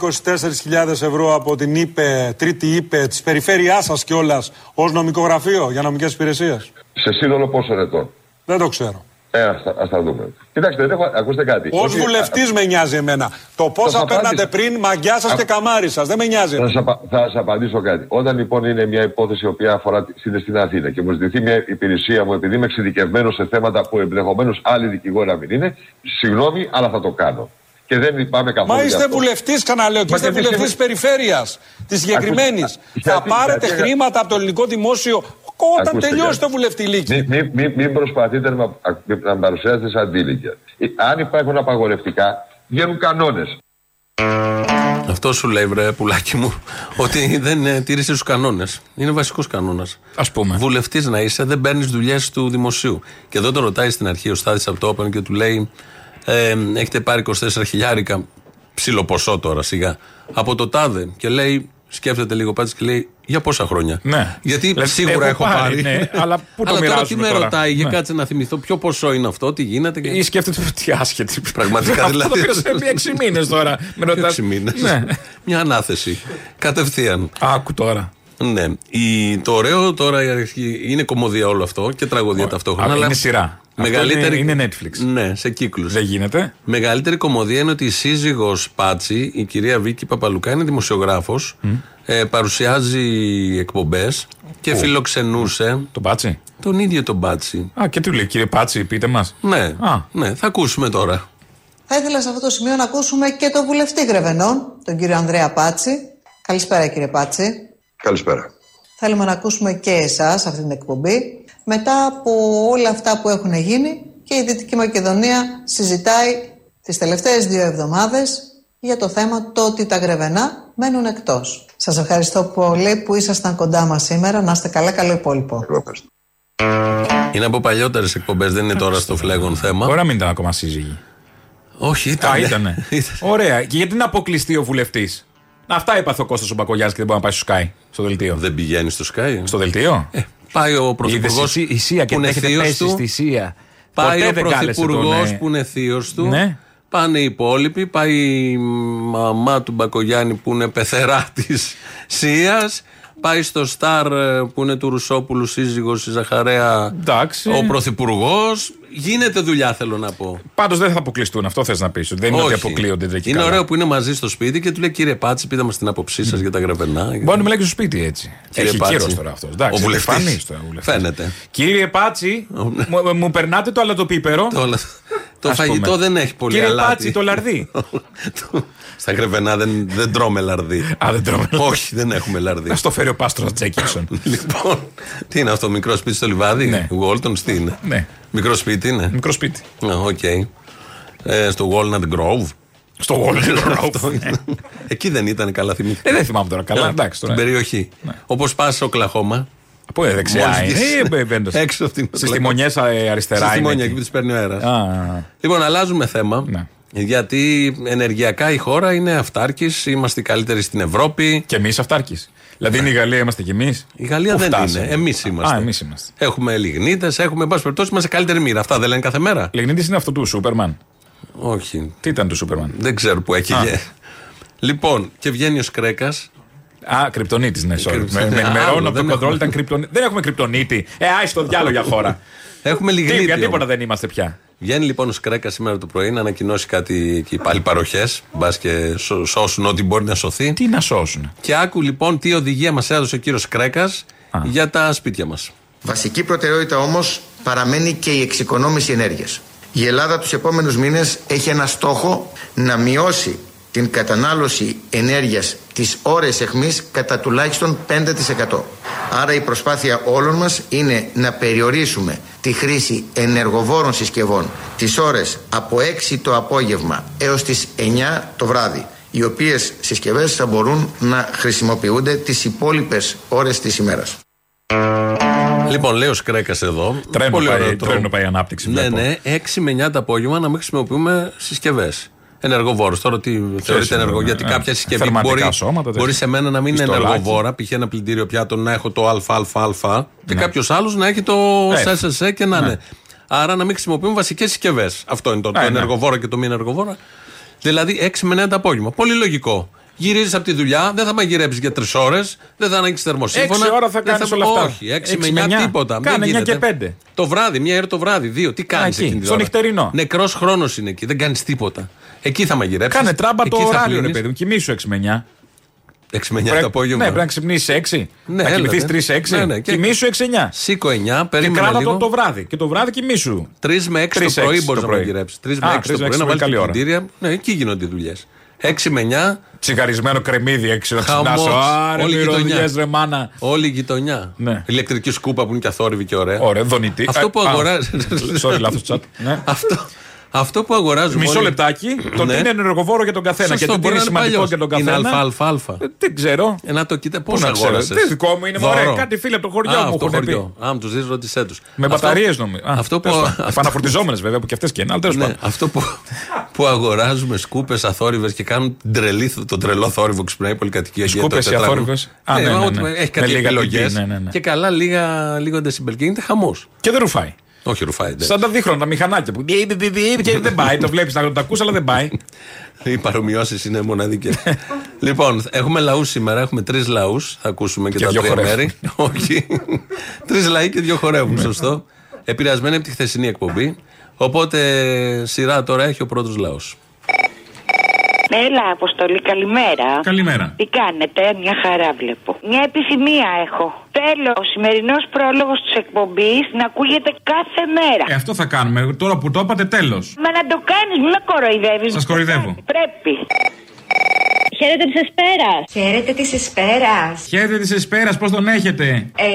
Speaker 11: 24.000 ευρώ από την ΥΠΕ, τρίτη ΥΠΕ της περιφέρειάς σας κιόλας ως νομικό γραφείο για νομικές υπηρεσίες.
Speaker 7: Σε σύνολο πόσων ετών.
Speaker 11: Δεν το ξέρω.
Speaker 7: Ε, ας, τα- ας τα δούμε. Κοιτάξτε, δεν έχω, ακούστε κάτι.
Speaker 11: Ως
Speaker 7: Όχι,
Speaker 11: βουλευτής με νοιάζει εμένα. Το
Speaker 7: θα
Speaker 11: πόσα παίρνατε
Speaker 7: απάντησα.
Speaker 11: πριν, μαγιά σας και καμάρι σας. Δεν με νοιάζει.
Speaker 7: Θα σας θα σας απαντήσω κάτι. Όταν λοιπόν είναι μια υπόθεση η οποία αφορά τη- στην στην Αθήνα και μου ζητηθεί μια υπηρεσία μου, επειδή είμαι εξειδικευμένος σε θέματα που ενδεχομένω άλλοι δικηγόροι να μην είναι, συγγνώμη, αλλά θα το κάνω. Και δεν λυπάμαι καθόλου.
Speaker 11: Μα
Speaker 7: γι'
Speaker 11: είστε
Speaker 7: αυτό.
Speaker 11: βουλευτής, ξαναλέω, και
Speaker 7: Μα
Speaker 11: είστε
Speaker 7: γιατί
Speaker 11: βουλευτή
Speaker 7: είστε-
Speaker 11: τη περιφέρειας, της συγκεκριμένη.
Speaker 7: Ακούστε,
Speaker 11: Θα
Speaker 7: γιατί-
Speaker 11: πάρετε
Speaker 7: γιατί-
Speaker 11: χρήματα από το ελληνικό δημόσιο Όταν
Speaker 7: Ακούστε, Ναι.
Speaker 11: τελειώσει
Speaker 7: Γιάννη.
Speaker 11: το βουλευτηλίκι.
Speaker 7: Μην μη, μη, μην προσπαθείτε να, να με παρουσιάζετε σαν αντίληπια. Αν υπάρχουν απαγορευτικά, βγαίνουν κανόνες.
Speaker 3: Αυτό σου λέει, βρε, πουλάκι μου, ότι δεν ε, τήρησε τους κανόνες. Είναι βασικός κανόνας.
Speaker 4: Ας πούμε.
Speaker 3: Βουλευτής να είσαι, δεν παίρνεις δουλειές του δημοσίου. Και εδώ το ρωτάει στην αρχή ο Στάδη από το Open και του λέει: ε, Έχετε πάρει 24 χιλιάρικα, ψηλό ποσό τώρα σιγά, από το τάδε. Και λέει: Σκέφτεται λίγο πάτη και λέει: Για πόσα χρόνια.
Speaker 4: Ναι.
Speaker 3: Γιατί
Speaker 4: Λες,
Speaker 3: σίγουρα
Speaker 4: έχω
Speaker 3: έχω πάρει.
Speaker 4: πάρει, ναι, αλλά πού το
Speaker 3: τώρα τι
Speaker 4: μοιράζουμε
Speaker 3: με
Speaker 4: τώρα.
Speaker 3: ρωτάει, για
Speaker 4: Ναι.
Speaker 3: κάτσε να θυμηθώ ποιο ποσό είναι αυτό, τι γίνεται.
Speaker 4: Ή σκέφτεται τι άσχετη.
Speaker 3: Πραγματικά
Speaker 4: [LAUGHS] Αυτό
Speaker 3: δηλαδή.
Speaker 4: το πήρα σε έξι μήνες τώρα. Με ρωτάς-
Speaker 3: Έξι μήνες.
Speaker 4: Ναι.
Speaker 3: Μια ανάθεση. Κατευθείαν.
Speaker 4: Άκου τώρα.
Speaker 3: Ναι. Η, το ωραίο τώρα η αρχή- είναι κομμωδία όλο αυτό και τραγωδία ταυτόχρονα.
Speaker 4: Α,
Speaker 3: αλλά
Speaker 4: είναι σειρά. Αυτό
Speaker 3: Μεγαλύτερη,
Speaker 4: είναι- είναι Netflix.
Speaker 3: Ναι, σε κύκλους.
Speaker 4: Δεν γίνεται.
Speaker 3: Μεγαλύτερη κομμωδία είναι ότι η σύζυγος Πάτσι, η κυρία Βίκη Παπαλουκά, είναι δημοσιογράφος. Ε, παρουσιάζει εκπομπές και φιλοξενούσε.
Speaker 4: Τον Πάτσι.
Speaker 3: Τον ίδιο τον Πάτσι.
Speaker 4: Α, και του λέει, κύριε Πάτσι, πείτε μας.
Speaker 3: Ναι, ναι, θα ακούσουμε τώρα.
Speaker 12: Θα ήθελα σε αυτό το σημείο να ακούσουμε και τον βουλευτή Γρεβενών, τον κύριο Ανδρέα Πάτσι. Καλησπέρα κύριε Πάτσι.
Speaker 7: Καλησπέρα.
Speaker 12: Θέλουμε να ακούσουμε και εσάς αυτή την εκπομπή. Μετά από όλα αυτά που έχουν γίνει και η Δυτική Μακεδονία συζητάει τις τελευταίες δύο εβδομάδες για το θέμα το ότι τα Γρεβενά μένουν εκτός. Σας ευχαριστώ πολύ που ήσασταν κοντά μας σήμερα. Να είστε καλά, καλό υπόλοιπο.
Speaker 3: Είναι από παλιότερες εκπομπές, δεν είναι τώρα στο φλέγον θέμα.
Speaker 4: Ωραία, μην ήταν ακόμα σύζυγοι.
Speaker 3: Όχι, ήταν.
Speaker 4: Α,
Speaker 3: [LAUGHS]
Speaker 4: ήτανε. Ωραία. Και γιατί να αποκλειστεί ο βουλευτής. Αυτά έπαθε ο Κώστας ο Μπακογιάς και δεν μπορεί να πάει στο Sky, στο δελτίο.
Speaker 3: Δεν πηγαίνει στο Sky. Ε,
Speaker 4: Στο δελτίο.
Speaker 3: Πάει ο πρωθυπουργό.
Speaker 4: Είδες η- η Σία και έχετε πέσει στη Σία.
Speaker 3: Πάει
Speaker 4: Ποτέ
Speaker 3: ο
Speaker 4: δεν κάλεσε
Speaker 3: πρωθυπουργό
Speaker 4: τον, ε,
Speaker 3: που είναι θείος του.
Speaker 4: Ναι.
Speaker 3: Πάνε οι υπόλοιποι. Πάει η μαμά του Μπακογιάννη που είναι πεθερά [LAUGHS] της Σίας. Πάει στο Σταρ ε, που είναι του Ρουσόπουλου σύζυγος η Ζαχαρέα.
Speaker 4: Εντάξει.
Speaker 3: Ο πρωθυπουργός. Γίνεται δουλειά, θέλω να πω.
Speaker 4: Πάντως δεν θα αποκλειστούν, αυτό θες να πεις. Δεν είναι ότι αποκλείονται δεν και
Speaker 3: Είναι
Speaker 4: καλά.
Speaker 3: ωραίο που είναι μαζί στο σπίτι και του λέει κύριε Πάτση, πείτε μα την άποψή σας για τα γραβενά.
Speaker 4: Μπορεί να μιλάει και στο σπίτι έτσι.
Speaker 3: Κύριε
Speaker 4: Έχει
Speaker 3: Πάτση.
Speaker 4: κύρος τώρα αυτός.
Speaker 3: Ο βουλευτής. Φαίνεται. ναι.
Speaker 4: Κύριε Πάτσι, μου, ε, μου περνάτε το αλατοπίπερο.
Speaker 3: Το, Το
Speaker 4: Ας
Speaker 3: φαγητό
Speaker 4: πούμε.
Speaker 3: δεν έχει πολύ
Speaker 4: Κύριε
Speaker 3: αλάτι.
Speaker 4: Πάτσι, το λαρδί.
Speaker 3: [LAUGHS] Στα γρεβενά δεν, δεν τρώμε λαρδί.
Speaker 4: Α, δεν τρώμε.
Speaker 3: Όχι, δεν έχουμε λαρδί.
Speaker 4: Να στο φέρει ο Πάστρος
Speaker 3: [LAUGHS]
Speaker 4: Τζέκινσον.
Speaker 3: λοιπόν, τι είναι αυτό, μικρό σπίτι στο λιβάδι,
Speaker 4: Ναι.
Speaker 3: Walton, τι είναι.
Speaker 4: Ναι.
Speaker 3: Μικρό σπίτι είναι.
Speaker 4: Μικρό σπίτι.
Speaker 3: Α, Οκ. Ε, στο Walnut Grove.
Speaker 4: Στο Walnut Grove,
Speaker 3: Αυτό είναι. Εκεί δεν ήταν καλά θυμήθηκα.
Speaker 4: Ε, δεν θυμάμαι τώρα καλά.
Speaker 3: Ε,
Speaker 4: Εντάξει τώρα. Ναι.
Speaker 3: Στην περιοχή. Όπως πας στο Κλαχώμα.
Speaker 4: Από εδώ δεξιά.
Speaker 3: μόλις
Speaker 4: είναι.
Speaker 3: βγεις
Speaker 4: Ε, ε, μπαίνοντας.
Speaker 3: Έξω από την
Speaker 4: Στις τιμονιές ε, αριστερά
Speaker 3: Στη
Speaker 4: είναι.
Speaker 3: τιμόνια
Speaker 4: εκεί.
Speaker 3: εκεί που τη παίρνει ο αέρας.
Speaker 4: Α, Ναι. α, α.
Speaker 3: Λοιπόν, αλλάζουμε θέμα. Γιατί ενεργειακά η χώρα είναι αυτάρκης, είμαστε οι καλύτεροι στην Ευρώπη.
Speaker 4: Και εμείς αυτάρκης. Δηλαδή είναι η Γαλλία, είμαστε κι εμείς.
Speaker 3: Η Γαλλία
Speaker 4: Πού
Speaker 3: δεν
Speaker 4: φτάσαμε.
Speaker 3: είναι. Εμείς είμαστε.
Speaker 4: Α, εμείς είμαστε.
Speaker 3: Έχουμε λιγνίτες, έχουμε, εν πάση περιπτώσει, είμαστε καλύτερη μοίρα. Αυτά δεν λένε κάθε μέρα.
Speaker 4: Λεγνίτη είναι αυτό του Σούπερμαν. Λοιπόν.
Speaker 3: Όχι.
Speaker 4: Τι ήταν του Σούπερμαν.
Speaker 3: Δεν ξέρω που έχει.
Speaker 4: Α.
Speaker 3: γε. Λοιπόν, και βγαίνει ο Κρέκα.
Speaker 4: Α, κρυπτονίτης, ναι, sorry.
Speaker 3: Κρυπτονίτης.
Speaker 4: Με, με
Speaker 3: Άλλο,
Speaker 4: ενημερώνω από
Speaker 3: δεν
Speaker 4: τον
Speaker 3: έχουμε.
Speaker 4: κοντρόλ ήταν κρυπτονίτη. Δεν έχουμε κρυπτονίτη. Ε, άι το διάλογο για
Speaker 3: [LAUGHS]
Speaker 4: χώρα.
Speaker 3: Έχουμε λιγνίτη.
Speaker 4: Τίποτα,
Speaker 3: όμως.
Speaker 4: τίποτα δεν είμαστε πια.
Speaker 3: Βγαίνει λοιπόν ο Σκρέκα σήμερα το πρωί να ανακοινώσει κάτι και πάλι παροχές. Μπας και σω- σώσουν ό,τι μπορεί να σωθεί.
Speaker 4: Τι να σώσουν.
Speaker 3: Και άκου λοιπόν τι οδηγία μας έδωσε ο κύριος Κρέκα για τα σπίτια μας.
Speaker 13: Βασική προτεραιότητα όμως παραμένει και η εξοικονόμηση ενέργειας. Η Ελλάδα τους επόμενους μήνες έχει ένα στόχο να μειώσει την κατανάλωση ενέργειας τι ώρες αιχμής κατά τουλάχιστον 5%. Άρα η προσπάθεια όλων μας είναι να περιορίσουμε τη χρήση ενεργοβόρων συσκευών τις ώρες από 6 το απόγευμα έως τις 9 το βράδυ οι οποίες συσκευές θα μπορούν να χρησιμοποιούνται τις υπόλοιπες ώρες της ημέρας.
Speaker 3: Λοιπόν, λέει ο Σκρέκας εδώ.
Speaker 4: Τρένο πάει-
Speaker 3: ωραίο το-
Speaker 4: τρένο πάει η ανάπτυξη,
Speaker 3: Ναι,
Speaker 4: βλέπω.
Speaker 3: ναι, 6 με 9 το απόγευμα να μην χρησιμοποιούμε συσκευές. Ενεργοβόρος. Τώρα τι θεωρείται
Speaker 4: είναι,
Speaker 3: ενεργό,
Speaker 4: ναι,
Speaker 3: γιατί
Speaker 4: ναι.
Speaker 3: κάποια συσκευή
Speaker 4: Θερματικά
Speaker 3: μπορεί,
Speaker 4: σώματα, τέτοια.
Speaker 3: μπορεί σε μένα να μην είναι
Speaker 4: Πιστολάκι.
Speaker 3: ενεργοβόρα. Π.χ. ένα πλυντήριο πιάτων να έχω το ΑΑΑ και κάποιος άλλος να έχει το
Speaker 4: Ναι. Ε,
Speaker 3: SSE και να είναι. Άρα να μην χρησιμοποιούμε βασικές συσκευές. Αυτό είναι το, το
Speaker 4: Ναι, ναι.
Speaker 3: ενεργοβόρο και το μη ενεργοβόρο. Δηλαδή 6 με 9 το απόγευμα. Πολύ λογικό. Γυρίζεις από τη δουλειά, δεν θα μαγειρέψεις για 3 ώρες, δεν θα ανοίξεις θερμοσύμφωνα.
Speaker 4: Έξι ώρα θα
Speaker 3: δεν
Speaker 4: κάνεις όλα αυτά.
Speaker 3: Ναι, Όχι, 6
Speaker 4: Έξι
Speaker 3: με
Speaker 4: με
Speaker 3: 9
Speaker 4: εννιά.
Speaker 3: τίποτα.
Speaker 4: Κάνε
Speaker 3: Μην
Speaker 4: εννιά και
Speaker 3: γίνεται.
Speaker 4: πέντε.
Speaker 3: Το βράδυ, μία ώρα το βράδυ, δύο. Τι κάνεις
Speaker 4: εκεί,
Speaker 3: εκεί,
Speaker 4: στο νυχτερινό.
Speaker 3: Νεκρός χρόνος είναι εκεί, δεν κάνεις τίποτα. Εκεί θα μαγειρέψεις.
Speaker 4: Κάνε τράμπα το ωράριο, ρε παιδί μου. Κοιμήσου 6 με 9.
Speaker 3: 6 με 9 το απόγευμα.
Speaker 4: Ναι, πρέπει να ξυπνήσεις 6.
Speaker 3: Ναι,
Speaker 4: να
Speaker 3: έλα,
Speaker 4: κοιμηθείς
Speaker 3: ναι.
Speaker 4: 3-6.
Speaker 3: Ναι, ναι, και-
Speaker 4: Κοιμήσου 6-9.
Speaker 3: Σήκω 9,
Speaker 4: Και
Speaker 3: περίμενα
Speaker 4: κράτα το
Speaker 3: λίγο.
Speaker 4: το βράδυ. Και το βράδυ κοιμήσου.
Speaker 3: 3 με 6 το
Speaker 4: Τρεις έξι
Speaker 3: πρωί μπορείς
Speaker 4: το
Speaker 3: να
Speaker 4: πρωί.
Speaker 3: μαγειρέψεις. 3
Speaker 4: Α,
Speaker 3: με 6 το
Speaker 4: τρεις με έξι
Speaker 3: πρωί να
Speaker 4: το πρωί,
Speaker 3: βάλεις
Speaker 4: καλή ώρα.
Speaker 3: πλυντήρια. Ναι, εκεί γίνονται οι δουλειές. 6 με 9.
Speaker 4: Τσιγαρισμένο κρεμμύδι έξω να ξυπνάσω. Άρε,
Speaker 3: Όλη η γειτονιά.
Speaker 4: μυρωδιές, ρε μάνα.
Speaker 3: Όλη η γειτονιά. Ηλεκτρική σκούπα που είναι και αθόρυβη και ωραία.
Speaker 4: Ναι. Ωραία, δονητή.
Speaker 3: Αυτό που
Speaker 4: Ε, α,
Speaker 3: αγοράζεις.
Speaker 4: sorry, λάθος chat. Ναι.
Speaker 3: Αυτό, αυτό που αγοράζουμε.
Speaker 4: Μισό
Speaker 3: όλοι-
Speaker 4: λεπτάκι. Το τι
Speaker 3: Ναι.
Speaker 4: είναι ενεργοβόρο για τον καθένα.
Speaker 3: Σωστό,
Speaker 4: Και το τι
Speaker 3: μπορεί
Speaker 4: είναι
Speaker 3: να είναι
Speaker 4: σημαντικό
Speaker 3: παλιός.
Speaker 4: για τον
Speaker 3: Είναι
Speaker 4: καθένα.
Speaker 3: αλφα-αλφα.
Speaker 4: Ε, Δεν ξέρω.
Speaker 3: Ε, να το κοίτα πώς
Speaker 4: Πού να ξέρω.
Speaker 3: αγόρασε.
Speaker 4: Τι δικό μου είναι, μωρέ, κάτι φίλοι από το χωριό μου έχουν πει.
Speaker 3: Α, μου τους δεις, ρώτησέ τους.
Speaker 4: Με μπαταρίες νομίζω.
Speaker 3: Αυτό που.
Speaker 4: Επαναφορτιζόμενες βέβαια που και αυτές και είναι, αλλά τέλος
Speaker 3: Ναι,
Speaker 4: πάντων.
Speaker 3: αυτό που, που αγοράζουμε σκούπες αθόρυβες και κάνουν την τρελή, τον τρελό θόρυβο που ξυπνάει η πολυκατοικία. για το
Speaker 4: σκούπες οι
Speaker 3: τετράγωνο.
Speaker 4: αθόρυβες. Α,
Speaker 3: Ναι,
Speaker 4: ναι, ναι,
Speaker 3: ότι
Speaker 4: ναι.
Speaker 3: Έχει
Speaker 4: Με
Speaker 3: κάτι
Speaker 4: λίγα
Speaker 3: επιλογέ.
Speaker 4: πιπί, ναι, ναι, ναι.
Speaker 3: Και καλά, λίγα, λίγο decibel και γίνεται χαμός.
Speaker 4: Και δεν ρουφάει.
Speaker 3: Όχι, ρουφάει. ναι.
Speaker 4: Σαν τα δίχρονα, τα μηχανάκια που. μπι, μπι, μπι, μπι, και Δεν πάει, το βλέπεις να το ακούς, αλλά δεν πάει.
Speaker 3: Οι παρομοιώσεις είναι μοναδικές. λοιπόν, έχουμε λαούς σήμερα. Έχουμε τρεις λαούς. Θα ακούσουμε και,
Speaker 4: Και
Speaker 3: τα
Speaker 4: δύο
Speaker 3: τρία
Speaker 4: χορεύουν. [LAUGHS] Ναι.
Speaker 3: μέρη. Όχι. τρεις λαοί και δύο χορεύουν. σωστό. Επηρεασμένοι από τη χθεσινή εκπομπή. Οπότε σειρά τώρα έχει ο πρώτο λαός.
Speaker 14: Έλα, Αποστολή, καλημέρα.
Speaker 3: Καλημέρα.
Speaker 14: Τι κάνετε, μια χαρά βλέπω. Μια επιθυμία έχω. Θέλω ο σημερινός πρόλογος της εκπομπής να ακούγεται κάθε μέρα.
Speaker 4: Ε, αυτό θα κάνουμε. Τώρα που το είπατε, τέλος.
Speaker 14: Μα να το κάνεις, μην με κοροϊδεύεις.
Speaker 4: Σας κοροϊδεύω.
Speaker 14: Πρέπει. Χαίρετε της Εσπέρας.
Speaker 15: Χαίρετε της Εσπέρας.
Speaker 4: Χαίρετε της Εσπέρας, πώς τον έχετε.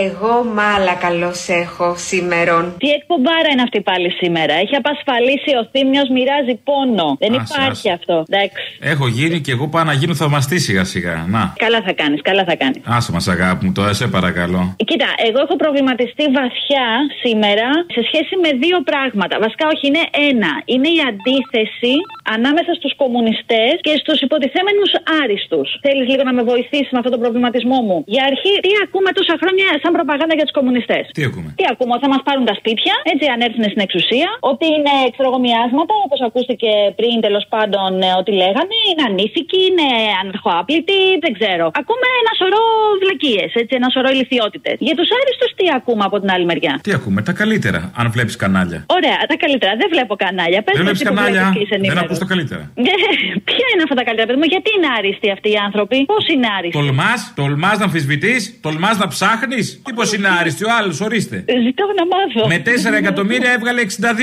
Speaker 15: Εγώ μάλα καλώς έχω σήμερα.
Speaker 16: Τι εκπομπάρα είναι αυτή πάλι σήμερα. Έχει απασφαλίσει ο Θήμιος, μοιράζει πόνο. Δεν
Speaker 4: Άσε,
Speaker 16: υπάρχει αυτό. Εντάξει.
Speaker 4: Έχω γίνει και εγώ πάω να γίνω θαυμαστή σιγά σιγά. Να.
Speaker 16: Καλά θα κάνεις, καλά θα κάνεις.
Speaker 4: Άσε μας, αγάπη μου, τώρα σε παρακαλώ.
Speaker 16: Κοίτα, εγώ έχω προβληματιστεί βαθιά σήμερα σε σχέση με δύο πράγματα. Βασικά, όχι, είναι ένα. Είναι η αντίθεση ανάμεσα στους κομμουνιστές και στους υποτιθέμενους άριστου. Θέλεις λίγο να με βοηθήσεις με αυτόν τον προβληματισμό μου. Για αρχή, τι ακούμε τόσα χρόνια σαν προπαγάνδα για τους κομμουνιστές.
Speaker 4: Τι ακούμε.
Speaker 16: Τι ακούμε, ότι θα μας πάρουν τα σπίτια, έτσι αν έρθουν στην εξουσία, ότι είναι εξωργομοιάσματα, όπως ακούστηκε πριν τέλος πάντων ε, ότι λέγανε, είναι ανήθικοι, είναι αναρχοάπλητοι, δεν ξέρω. Ακούμε ένα σωρό βλακίες, έτσι, ένα σωρό ηλικιότητες. Για τους άριστους τι ακούμε από την άλλη μεριά.
Speaker 4: Τι ακούμε, τα καλύτερα, αν βλέπεις κανάλια.
Speaker 16: Ωραία, τα καλύτερα. Δεν βλέπω κανάλια. Πες
Speaker 4: Δεν
Speaker 16: μου
Speaker 4: βλέπεις
Speaker 16: εσύ που
Speaker 4: κανάλια,
Speaker 16: βλέπεις και είσαι
Speaker 4: δεν
Speaker 16: ενήμερος. Ναι.
Speaker 4: ακούς τα καλύτερα.
Speaker 16: [LAUGHS] Ποια είναι αυτά τα καλύτερα, παιδί μου, γιατί είναι άριστοι αυτοί οι άνθρωποι, πώς είναι άριστοι.
Speaker 4: Τολμάς, τολμάς να αμφισβητείς, τολμάς να ψάχνεις. Τι πω είναι άριστη, ο άλλος, ορίστε.
Speaker 16: Ζητάω να μάθω.
Speaker 4: Με 4 εκατομμύρια έβγαλε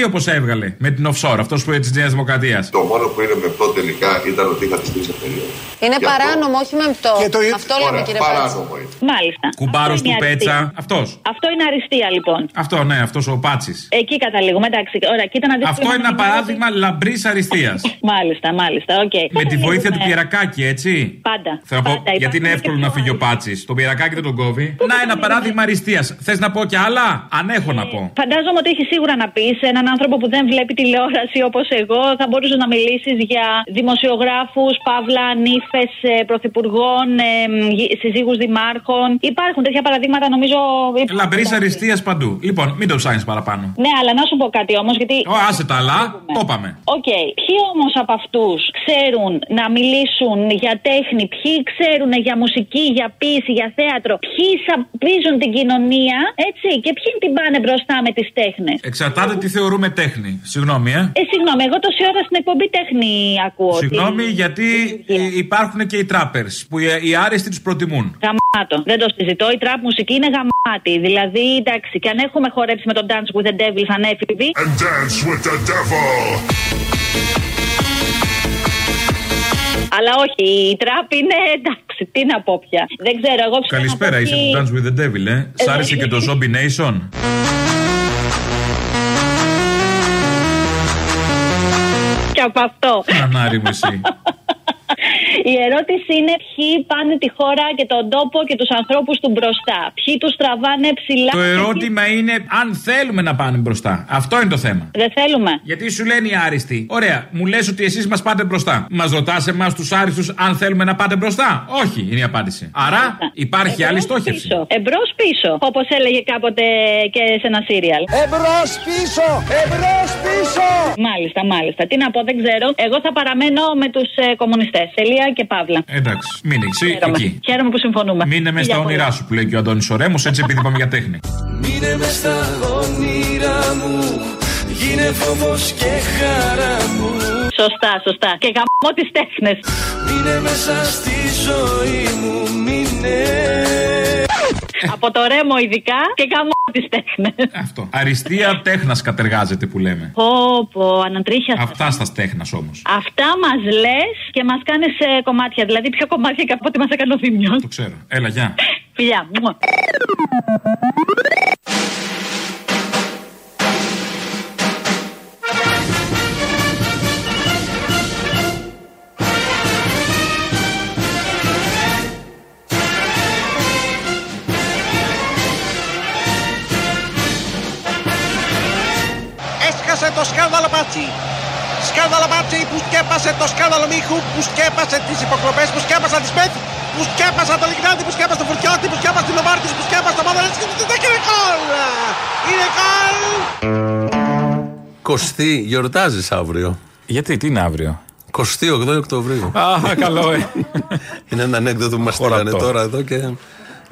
Speaker 4: 62 πώ έβγαλε. Με την offshore, αυτός που είναι της Νέας Δημοκρατίας.
Speaker 7: Το μόνο που είναι μεπτό τελικά ήταν ότι είχατε τρει εταιρείε.
Speaker 17: Είναι
Speaker 7: Γι' αυτό-
Speaker 17: παράνομο, όχι μεμπτό. Αυτό λέμε,
Speaker 7: Ωραία,
Speaker 17: κύριε Πέτσα.
Speaker 7: παράνομο είναι.
Speaker 16: Μάλιστα.
Speaker 4: Κουμπάρος
Speaker 16: Αυτό
Speaker 4: του
Speaker 16: είναι αριστεία.
Speaker 4: Πέτσα. Αυτός.
Speaker 16: Αυτό είναι αριστεία λοιπόν.
Speaker 4: Αυτό, ναι, αυτός ο Πάτσης.
Speaker 16: Εκεί καταλήγουμε, εντάξει. Ωραία, κοίτα να δεις
Speaker 4: Αυτό
Speaker 16: λίγο
Speaker 4: είναι ένα
Speaker 16: να μην-
Speaker 4: παράδειγμα λαμπρής αριστείας.
Speaker 16: [LAUGHS] Μάλιστα, μάλιστα, οκ.
Speaker 4: Με τη βοήθεια του
Speaker 16: Πυρακάκη.
Speaker 4: Πιερακάκη, έτσι.
Speaker 16: Πάντα.
Speaker 4: Θέλω να πω,
Speaker 16: Πάντα,
Speaker 4: γιατί είναι
Speaker 16: υπάρχουν
Speaker 4: εύκολο
Speaker 16: και
Speaker 4: να
Speaker 16: πιο
Speaker 4: φύγει ο Πάτσης. Το Πιερακάκη δεν τον κόβει. Να, ένα παράδειγμα αριστείας. Θες να πω κι άλλα. Αν έχω να πω.
Speaker 16: Φαντάζομαι ότι έχεις σίγουρα να πεις σε έναν άνθρωπο που δεν βλέπει τηλεόραση όπως εγώ. Θα μπορούσες να μιλήσεις για δημοσιογράφους, παύλα, νύφες πρωθυπουργών, ε, συζύγους δημάρχων. Υπάρχουν τέτοια παραδείγματα, νομίζω. υπάρχουν.
Speaker 4: Λαμπρή αριστείας παντού. Λοιπόν, μην το ψάχνεις παραπάνω.
Speaker 16: Ναι, αλλά να σου πω κάτι όμως, γιατί.
Speaker 4: Ω, άσε τα αλλά. Το είπαμε.
Speaker 16: Οκ. Ποιοι όμως από αυτούς ξέρουν να μιλήσουν για τέχνη, ποιοι ξέρουν για μουσική, για ποίηση, για θέατρο, ποιοι σαπίζουν την κοινωνία, έτσι, και ποιοι την πάνε μπροστά με τις τέχνες.
Speaker 4: Εξαρτάται τι θεωρούμε τέχνη. Συγγνώμη, ε.
Speaker 16: Ε, συγγνώμη, εγώ τόση ώρα στην εκπομπή τέχνη ακούω.
Speaker 4: Συγγνώμη,
Speaker 16: Τι-
Speaker 4: γιατί υ- υπάρχουν και οι τράπερ που οι οι άριστοι τους προτιμούν.
Speaker 16: Γαμάτο. Δεν το συζητώ. Η τραπ μουσική είναι γαμάτη. Δηλαδή, εντάξει, και αν έχουμε χορέψει με τον Dance with the Devil σαν έφηβοι.
Speaker 18: and dance with the devil.
Speaker 16: Αλλά όχι, η τραπ είναι εντάξει, τι να πω πια. Δεν ξέρω, εγώ ξέρω. να
Speaker 4: Καλησπέρα,
Speaker 16: πω
Speaker 4: είσαι
Speaker 16: ότι-
Speaker 4: του Dance with the Devil, ε. Σ' άρεσε και το Zombie Nation.
Speaker 16: Και από
Speaker 4: [LAUGHS]
Speaker 16: αυτό.
Speaker 4: Κανάρι μου εσύ.
Speaker 16: Η ερώτηση είναι ποιοι πάνε τη χώρα και τον τόπο και τους ανθρώπους του μπροστά. Ποιοι τους τραβάνε ψηλά.
Speaker 4: Το ερώτημα είναι αν θέλουμε να πάμε μπροστά. Αυτό είναι το θέμα.
Speaker 16: Δεν θέλουμε.
Speaker 4: Γιατί σου λένε οι άριστοι. Ωραία, μου λες ότι εσείς μας πάτε μπροστά. Μας ρωτάς εμάς τους άριστους αν θέλουμε να πάτε μπροστά. Όχι, είναι η απάντηση. Άρα υπάρχει άλλη στόχευση.
Speaker 16: Εμπρός πίσω, όπως έλεγε κάποτε και σε ένα σύριαλ.
Speaker 9: Εμπρός πίσω! Εμπρός πίσω!
Speaker 16: Μάλιστα, μάλιστα. Τι να πω, δεν ξέρω. Εγώ θα παραμένω με τους ε, κομμουνιστές. Τελεία και παύλα.
Speaker 4: Εντάξει, μείνε εξή,
Speaker 16: Χαίρομαι.
Speaker 4: Ε, εκεί.
Speaker 16: Χαίρομαι που συμφωνούμε.
Speaker 4: Μείνε μέσα
Speaker 16: Φιλιά
Speaker 4: στα όνειρά
Speaker 16: πολλά.
Speaker 4: σου που λέει και ο Αντώνης Ορέμος, έτσι επειδή πάμε για τέχνη.
Speaker 19: Μείνε μες στα όνειρά μου Γίνε φόβος και χαρά μου
Speaker 16: Σωστά, σωστά. Και γαμώ τις τέχνες.
Speaker 19: Μείνε μέσα στη ζωή μου Μείνε
Speaker 16: από το ρέμο ειδικά και κάνω τις τέχνες.
Speaker 20: Αυτό. Αριστεία τέχνας κατεργάζεται που λέμε.
Speaker 16: Πω, πω, ανατρίχιασα.
Speaker 20: Αυτά στα τέχνας όμως.
Speaker 16: Αυτά μας λες και μας κάνεις κομμάτια. Δηλαδή, πιο κομμάτια και από ό,τι μας έκανε ο Θημιό.
Speaker 20: Το ξέρω. Έλα, γεια.
Speaker 16: Φιλιά. Μουα.
Speaker 2: Έσκασε το σκάνδαλο μπάτσι. Σκάνδαλο μπάτσι που σκέπασε το σκάνδαλο μίχου, που σκέπασε τις υποκλοπές, που σκέπασαν τι πέτ, που σκέπασαν το Λιγνάδι, που σκέπασαν το Φουρτιώτη, που σκέπασαν την Οβάρτη, που σκέπασαν το Μαδαλέτσι και δεν έκανε γκολ. Είναι γκολ.
Speaker 3: Κωστή, γιορτάζεις αύριο.
Speaker 4: Γιατί, τι είναι αύριο.
Speaker 3: 28 Οκτωβρίου.
Speaker 4: Α, καλό, ε.
Speaker 3: Είναι ένα ανέκδοτο που μας στείλανε
Speaker 4: Χωρατό.
Speaker 3: τώρα εδώ και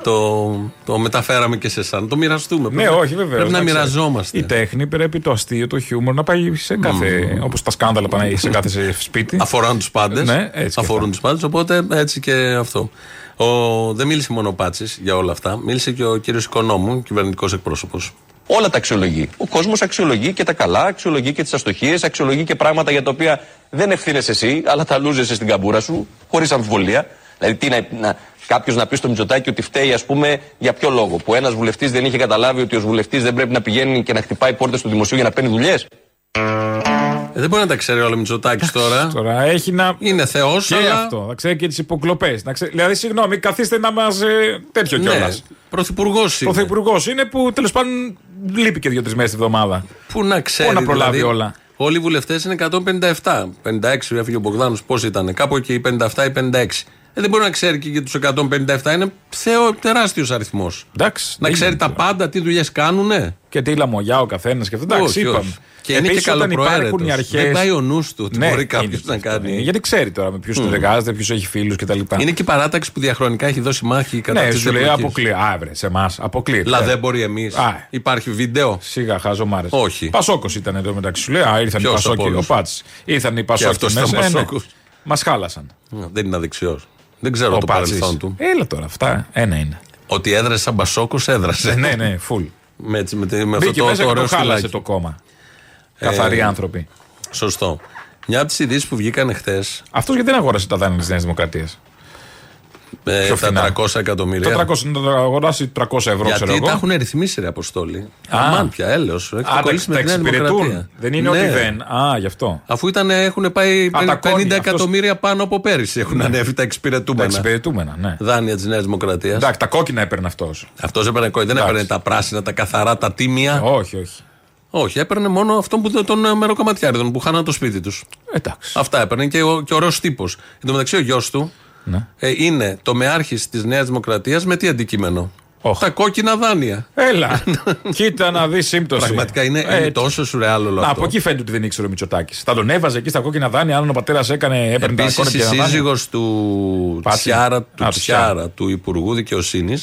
Speaker 3: το, το μεταφέραμε και σε εσά. Να Το μοιραστούμε.
Speaker 4: Ναι, όχι, βέβαια.
Speaker 3: Πρέπει να μοιραζόμαστε.
Speaker 4: Η τέχνη πρέπει το αστείο, το χιούμορ να πάει σε κάθε.
Speaker 3: Μμμ.
Speaker 4: Όπως τα σκάνδαλα πάνε σε κάθε σε σπίτι.
Speaker 3: Αφορούν τους πάντες.
Speaker 4: Ναι, έτσι.
Speaker 3: Αφορούν τους πάντες, οπότε έτσι και αυτό. Ο, δεν μίλησε μόνο ο Πάτσης για όλα αυτά. Μίλησε και ο κύριος Οικονόμου, κυβερνητικός εκπρόσωπος.
Speaker 21: Όλα τα αξιολογεί. Ο κόσμος αξιολογεί και τα καλά, αξιολογεί και τις αστοχίες, αξιολογεί και πράγματα για τα οποία δεν ευθύνεσαι εσύ, αλλά τα λούζεσαι στην καμπούρα σου, χωρίς αμφιβολία. Δηλαδή, τι να, να, κάποιος να πει στο Μητσοτάκι ότι φταίει, ας πούμε, για ποιο λόγο. Που ένας βουλευτής δεν είχε καταλάβει ότι ο βουλευτής δεν πρέπει να πηγαίνει και να χτυπάει πόρτες του δημοσίου για να παίρνει δουλειές.
Speaker 3: Ε, δεν μπορεί να τα ξέρει όλα Μητσοτάκη τώρα.
Speaker 4: τώρα έχει να...
Speaker 3: Είναι Θεός,
Speaker 4: Και
Speaker 3: αλλά.
Speaker 4: αυτό. Να ξέρει και τις υποκλοπές. Δηλαδή, συγγνώμη, καθίστε να μας. τέτοιο
Speaker 3: Ναι,
Speaker 4: κιόλας.
Speaker 3: Πρωθυπουργός είναι.
Speaker 4: Πρωθυπουργός είναι που τέλος πάντων λείπει και δύο-τρει μέρες τη βδομάδα.
Speaker 3: Πού να ξέρει.
Speaker 4: Πού να προλάβει
Speaker 3: δηλαδή,
Speaker 4: όλα.
Speaker 3: Όλοι οι βουλευτές είναι 157. 56 έφυγε ο Μπογδάνος, πώς ήταν, κάπου εκεί 57 ή 56. Ε, δεν μπορεί να ξέρει και για τους 157, είναι θεό, τεράστιος αριθμός.
Speaker 4: Εντάξει.
Speaker 3: Να
Speaker 4: δεν
Speaker 3: ξέρει
Speaker 4: γίνεται
Speaker 3: τα πάντα, τι δουλειές κάνουνε.
Speaker 4: Και τι λαμογιά ο καθένας και αυτό. Εντάξει,
Speaker 3: Όχι,
Speaker 4: είπαμε.
Speaker 3: όχι. Και είναι
Speaker 4: Επίσης,
Speaker 3: και
Speaker 4: όταν υπάρχουν οι
Speaker 3: καλοπροαίρετος.
Speaker 4: αρχές- Ναι,
Speaker 3: Δεν πάει ο νους του ότι μπορεί
Speaker 4: είναι
Speaker 3: κάποιος
Speaker 4: αυτό.
Speaker 3: να κάνει.
Speaker 4: Ε, Γιατί ξέρει τώρα με ποιους
Speaker 3: Μμμ.
Speaker 4: συνεργάζεται, ποιους έχει φίλους κτλ.
Speaker 3: Είναι και η παράταξη που διαχρονικά έχει δώσει μάχη κατά
Speaker 4: Ναι,
Speaker 3: της
Speaker 4: σου λέει
Speaker 3: διαπλοκής.
Speaker 4: αποκλείεται. Άβρε, σε εμάς. Αποκλείεται.
Speaker 3: Λα δεν μπορεί εμείς.
Speaker 4: Α.
Speaker 3: Υπάρχει βίντεο.
Speaker 4: Σιγά, χάζομάρε.
Speaker 3: Όχι.
Speaker 4: Πασόκος ήταν εδώ μεταξύ. Σου λέει, Α, ήρθαν
Speaker 3: Ποιος από
Speaker 4: οι Πασόκοι. Ο
Speaker 3: όλους.
Speaker 4: Πάτση. Ήρθαν οι
Speaker 3: Και
Speaker 4: Πασόκοι.
Speaker 3: αυτός ήταν Πασόκος.
Speaker 4: Μας χάλασαν.
Speaker 3: Δεν είναι αδεξιός. Δεν ξέρω
Speaker 4: Ο
Speaker 3: το
Speaker 4: Πάτσης.
Speaker 3: παρελθόν του.
Speaker 4: Έλα τώρα, αυτά ένα είναι.
Speaker 3: Ότι έδρασε σαν Μπασόκος, έδρασε.
Speaker 4: Ναι, ναι, φουλ.
Speaker 3: Με, έτσι, με, τη- με αυτό
Speaker 4: Μπήκε
Speaker 3: το,
Speaker 4: μέσα
Speaker 3: το
Speaker 4: και το
Speaker 3: ωραίο Ε,
Speaker 4: χάλασε
Speaker 3: στυλάκι.
Speaker 4: το κόμμα. Καθαροί άνθρωποι.
Speaker 3: Σωστό. Μια από τις ειδήσεις που βγήκαν χθες.
Speaker 4: Αυτός γιατί δεν αγόρασε τα δάνεια της Νέας Δημοκρατίας.
Speaker 3: Ε,
Speaker 4: Πιο φθηνά.
Speaker 3: τα 300 εκατομμύρια.
Speaker 4: Το 300 να το αγοράσει 300 ευρώ, ξέρω
Speaker 3: Γιατί
Speaker 4: εγώ.
Speaker 3: τα έχουν ρυθμίσει, ρε Αποστόλη. Αμάν πια, έλεος. Έχει
Speaker 4: Α,
Speaker 3: κολλήσει
Speaker 4: τα,
Speaker 3: με
Speaker 4: τα
Speaker 3: τη Νέα
Speaker 4: εξυπηρετούν.
Speaker 3: Δημοκρατία.
Speaker 4: Δεν είναι
Speaker 3: Ναι.
Speaker 4: ότι δεν. Α, γι' αυτό.
Speaker 3: Αφού ήταν, έχουν πάει
Speaker 4: Α,
Speaker 3: 50
Speaker 4: τα κόνια, αυτός- Ναι.
Speaker 3: εκατομμύρια πάνω από πέρυσι. Έχουν ανέβει τα
Speaker 4: Τα
Speaker 3: εξυπηρετούμενα.
Speaker 4: εξυπηρετούμενα, ναι.
Speaker 3: Δάνεια της Νέας Δημοκρατίας.
Speaker 4: Εντάξει, τα κόκκινα έπαιρνε αυτός.
Speaker 3: Αυτός έπαιρνε κόκκινο. Δεν έπαιρνε τα πράσινα, τα καθαρά, τα τίμια.
Speaker 4: Όχι, όχι.
Speaker 3: Όχι, έπαιρνε μόνο αυτόν που τον ε, μεροκαματιάριδων που χάναν το σπίτι τους.
Speaker 4: Εντάξει.
Speaker 3: Αυτά έπαιρνε και ο, και ωραίος τύπος. Εν τω μεταξύ, ο γιος του
Speaker 4: Ναι.
Speaker 3: ε, είναι το μεάρχης της Νέας Δημοκρατίας με τι αντικείμενο. Τα κόκκινα δάνεια. [LAUGHS]
Speaker 4: Έλα. Κοίτα να δεις σύμπτωση.
Speaker 3: Πραγματικά είναι,
Speaker 4: Ε,
Speaker 3: είναι τόσο σουρεάλ όλο
Speaker 4: Να,
Speaker 3: αυτό.
Speaker 4: από εκεί φαίνεται ότι δεν ήξερε ο Μητσοτάκης. Θα τον έβαζε εκεί στα κόκκινα δάνεια, αν ο πατέρας έκανε, έπαιρνε τα
Speaker 3: Επίσης, η
Speaker 4: κόκκινα δάνεια.
Speaker 3: σύζυγος του
Speaker 4: Πάτση.
Speaker 3: Τσιάρα, του,
Speaker 4: Α, του
Speaker 3: Τσιάρα, του Υπουργού Δικαιοσύνης,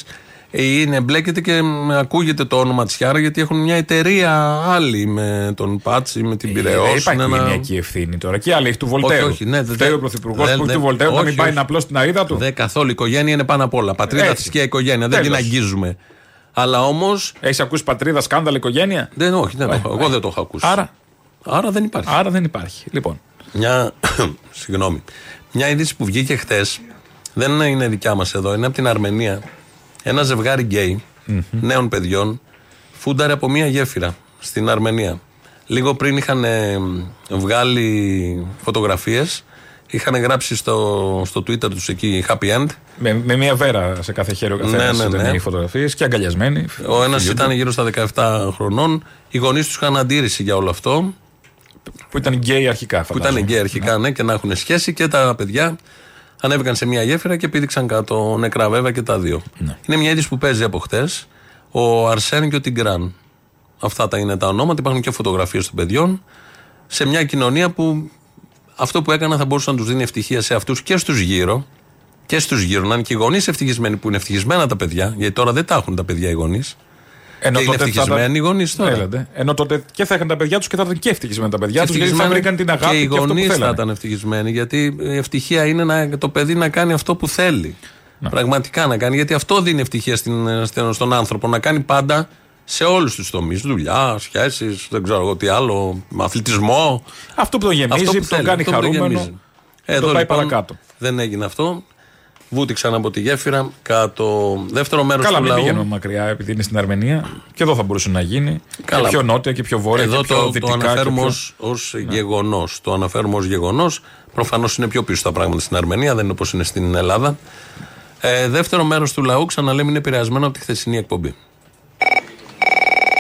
Speaker 3: είναι, μπλέκεται και μ, ακούγεται το όνομα Τσιάρα γιατί έχουν μια εταιρεία άλλη με τον Πάτσι, με την Πυραιό.
Speaker 4: Δεν Ε, υπάρχει οικογενειακή ευθύνη τώρα. Και άλλη έχει του
Speaker 3: ναι, Όχι,
Speaker 4: Βολτέρου.
Speaker 3: όχι, ναι, δεν-
Speaker 4: Φταίει ο
Speaker 3: δεν-
Speaker 4: πρωθυπουργό
Speaker 3: δεν-
Speaker 4: που έχει του
Speaker 3: δεν-
Speaker 4: Βολτέρου να
Speaker 3: όχι,
Speaker 4: μην πάει
Speaker 3: όχι.
Speaker 4: να απλώσει την αίδα του.
Speaker 3: Δεν καθόλου. Η οικογένεια είναι πάνω απ' όλα. Πατρίδα,
Speaker 4: Έτσι.
Speaker 3: θρησκεία, οικογένεια. Δεν την
Speaker 4: Τέλος.
Speaker 3: αγγίζουμε. Αλλά όμως.
Speaker 4: Έχεις ακούσει πατρίδα, σκάνδαλα, οικογένεια.
Speaker 3: Δεν, όχι, δεν το έχω. Εγώ δεν το έχω ακούσει.
Speaker 4: Άρα.
Speaker 3: Άρα δεν υπάρχει.
Speaker 4: Άρα δεν υπάρχει. Λοιπόν.
Speaker 3: Μια, [COUGHS] συγγνώμη, μια είδηση που βγήκε χθες, δεν είναι δικιά μας εδώ, είναι από την Αρμενία. Ένα ζευγάρι γκέι νέων παιδιών φούνταρε από μια γέφυρα στην Αρμενία. Λίγο πριν είχαν ε, βγάλει φωτογραφίες, είχαν γράψει στο, στο Twitter τους εκεί happy end.
Speaker 4: Με, με μία βέρα σε κάθε χέρι ο καθένας.
Speaker 3: Ναι, ναι, ναι.
Speaker 4: οι φωτογραφίες και αγκαλιασμένοι.
Speaker 3: Ο ένας ήταν γύρω στα 17 χρονών. Οι γονείς τους είχαν αντίρρηση για όλο αυτό.
Speaker 4: Που ήταν γκέι αρχικά.
Speaker 3: Που
Speaker 4: φαντάζομαι.
Speaker 3: ήταν γκέι αρχικά, ναι, και να έχουν σχέση και τα παιδιά ανέβηκαν σε μια γέφυρα και πήδηξαν κάτω νεκρά βέβαια και τα δύο.
Speaker 4: Ναι.
Speaker 3: Είναι μια είδηση που παίζει από χτες. Ο Αρσέν και ο Τιγκράν. Αυτά τα είναι τα ονόματα, υπάρχουν και φωτογραφίες των παιδιών. Σε μια κοινωνία που αυτό που έκανα θα μπορούσε να τους δίνει ευτυχία σε αυτούς και στους γύρω. Και στους γύρω. Να είναι και οι γονείς ευτυχισμένοι που είναι ευτυχισμένα τα παιδιά, γιατί τώρα δεν τα έχουν τα παιδιά οι γονείς.
Speaker 4: Ενώ
Speaker 3: Και είναι
Speaker 4: τότε θα Ε,
Speaker 3: ευτυχισμένοι Ναι.
Speaker 4: ήταν-
Speaker 3: οι γονείς τώρα.
Speaker 4: Έλατε. Ενώ τότε και θα είχαν τα παιδιά τους και θα ήταν και ευτυχισμένα τα παιδιά τους. Γιατί θα
Speaker 3: ευτυχισμένοι
Speaker 4: βρήκαν την αγάπη
Speaker 3: και
Speaker 4: και,
Speaker 3: οι
Speaker 4: αυτό που
Speaker 3: γονείς θα
Speaker 4: θέλανε.
Speaker 3: ήταν ευτυχισμένοι. Γιατί η ευτυχία είναι να, το παιδί να κάνει αυτό που θέλει. Πραγματικά να κάνει, γιατί αυτό δίνει ευτυχία στην, στην- στον άνθρωπο. Να κάνει πάντα σε όλους τους τομείς. Δουλειά, σχέσεις, δεν ξέρω εγώ τι άλλο, αθλητισμό.
Speaker 8: Αυτό που τον γεμίζει, που τον κάνει χαρούμενο,
Speaker 3: Εδώ
Speaker 8: τον πάει
Speaker 3: λοιπόν,
Speaker 8: παρακάτω.
Speaker 3: Δεν έγινε αυτό. Βούτυξαν από τη γέφυρα κάτω. Δεύτερο μέρος
Speaker 8: Καλά,
Speaker 3: του
Speaker 8: μην
Speaker 3: λαού.
Speaker 8: πηγαίνουμε μακριά, επειδή είναι στην Αρμενία. Και εδώ θα μπορούσε να γίνει. Και πιο νότια και πιο βόρεια.
Speaker 3: Εδώ
Speaker 8: και πιο
Speaker 3: το, το
Speaker 8: δυτικά και
Speaker 3: αναφέρουμε
Speaker 8: πιο-
Speaker 3: ως, ως γεγονός. Το αναφέρουμε ως γεγονός. Προφανώς είναι πιο πίσω τα πράγματα στην Αρμενία, δεν είναι όπως είναι στην Ελλάδα. Ε, δεύτερο μέρος του λαού, ξαναλέμε, είναι επηρεασμένο από τη χθεσινή εκπομπή.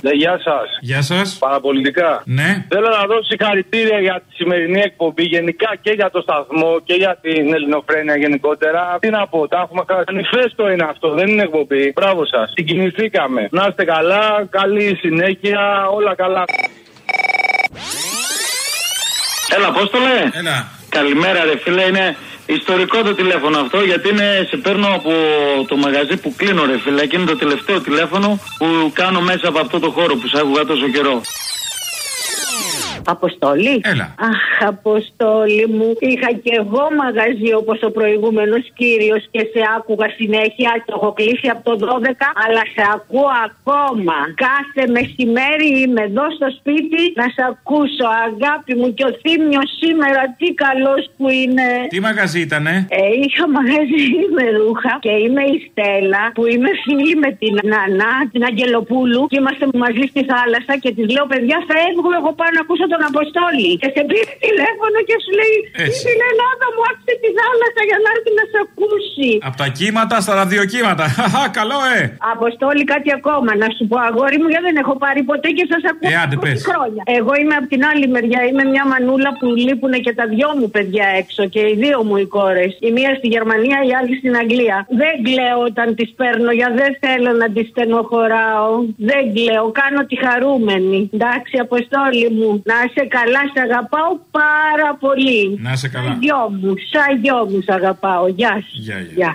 Speaker 22: Ναι, γεια σας.
Speaker 4: Γεια σας.
Speaker 22: Παραπολιτικά.
Speaker 4: Ναι.
Speaker 22: Θέλω να δώσω συγχαρητήρια για τη σημερινή εκπομπή, γενικά και για το σταθμό και για την ελληνοφρένεια γενικότερα. Τι να πω, τα έχουμε κάνει. Μανιφέστο είναι αυτό, δεν είναι εκπομπή. Μπράβο σας. Συγκινηθήκαμε. Να είστε καλά, καλή συνέχεια, όλα καλά. Έλα, Απόστολε.
Speaker 4: Έλα.
Speaker 22: Καλημέρα, ρε φίλε. Είναι ιστορικό το τηλέφωνο αυτό γιατί είναι, σε παίρνω από το μαγαζί που κλείνω, ρε φίλε. Και είναι το τελευταίο τηλέφωνο που κάνω μέσα από αυτό το χώρο που σε άκουγα τόσο καιρό.
Speaker 23: Αποστολή.
Speaker 4: Έλα.
Speaker 23: Αχ, Αποστολή μου. Είχα και εγώ μαγαζί όπως ο προηγούμενος κύριος και σε άκουγα συνέχεια. Το έχω κλείσει από το 12, αλλά σε ακούω ακόμα. Κάθε μεσημέρι είμαι εδώ στο σπίτι να σε ακούσω, αγάπη μου. Και ο Θήμιος σήμερα τι καλός που είναι.
Speaker 24: ε.
Speaker 4: Τι μαγαζί ήτανε.
Speaker 23: Ε, είχα μαγαζί με ρούχα και είμαι η Στέλλα που είμαι φίλη με την Νανά, την Αγγελοπούλου και είμαστε μαζί στη θάλασσα και της λέω παιδιά φεύγω εγώ πάω να ακούσω τον Αποστόλη και σε πήρε τηλέφωνο και σου λέει
Speaker 24: Ε,
Speaker 4: Έτσι.
Speaker 23: στην Ελλάδα μου άφησε τη θάλασσα για να έρθει να σε ακούσει.
Speaker 4: Από τα κύματα στα ραδιοκύματα. [LAUGHS] Χαχα, καλό, ε!
Speaker 23: Αποστόλη κάτι ακόμα να σου πω αγόρι μου γιατί δεν έχω πάρει ποτέ και σας ακούω
Speaker 4: Ε, άντε,
Speaker 23: 20
Speaker 4: πες.
Speaker 23: χρόνια. Εγώ είμαι από την άλλη μεριά, είμαι μια μανούλα που λείπουν και τα δυο μου παιδιά έξω και οι δύο μου οι κόρες. Η μία στη Γερμανία, η άλλη στην Αγγλία. Δεν κλαίω όταν τις παίρνω για δεν θέλω να τις στενοχωράω. Δεν κλαίω, κάνω τη χαρούμενη. Εντάξει Αποστόλη μου, να είσαι καλά, σε αγαπάω πάρα πολύ.
Speaker 4: Να είσαι καλά.
Speaker 23: Σαν γιο μου, σαν γιο μου σε αγαπάω. Γεια σου.
Speaker 4: Γεια, γεια.
Speaker 23: Γεια.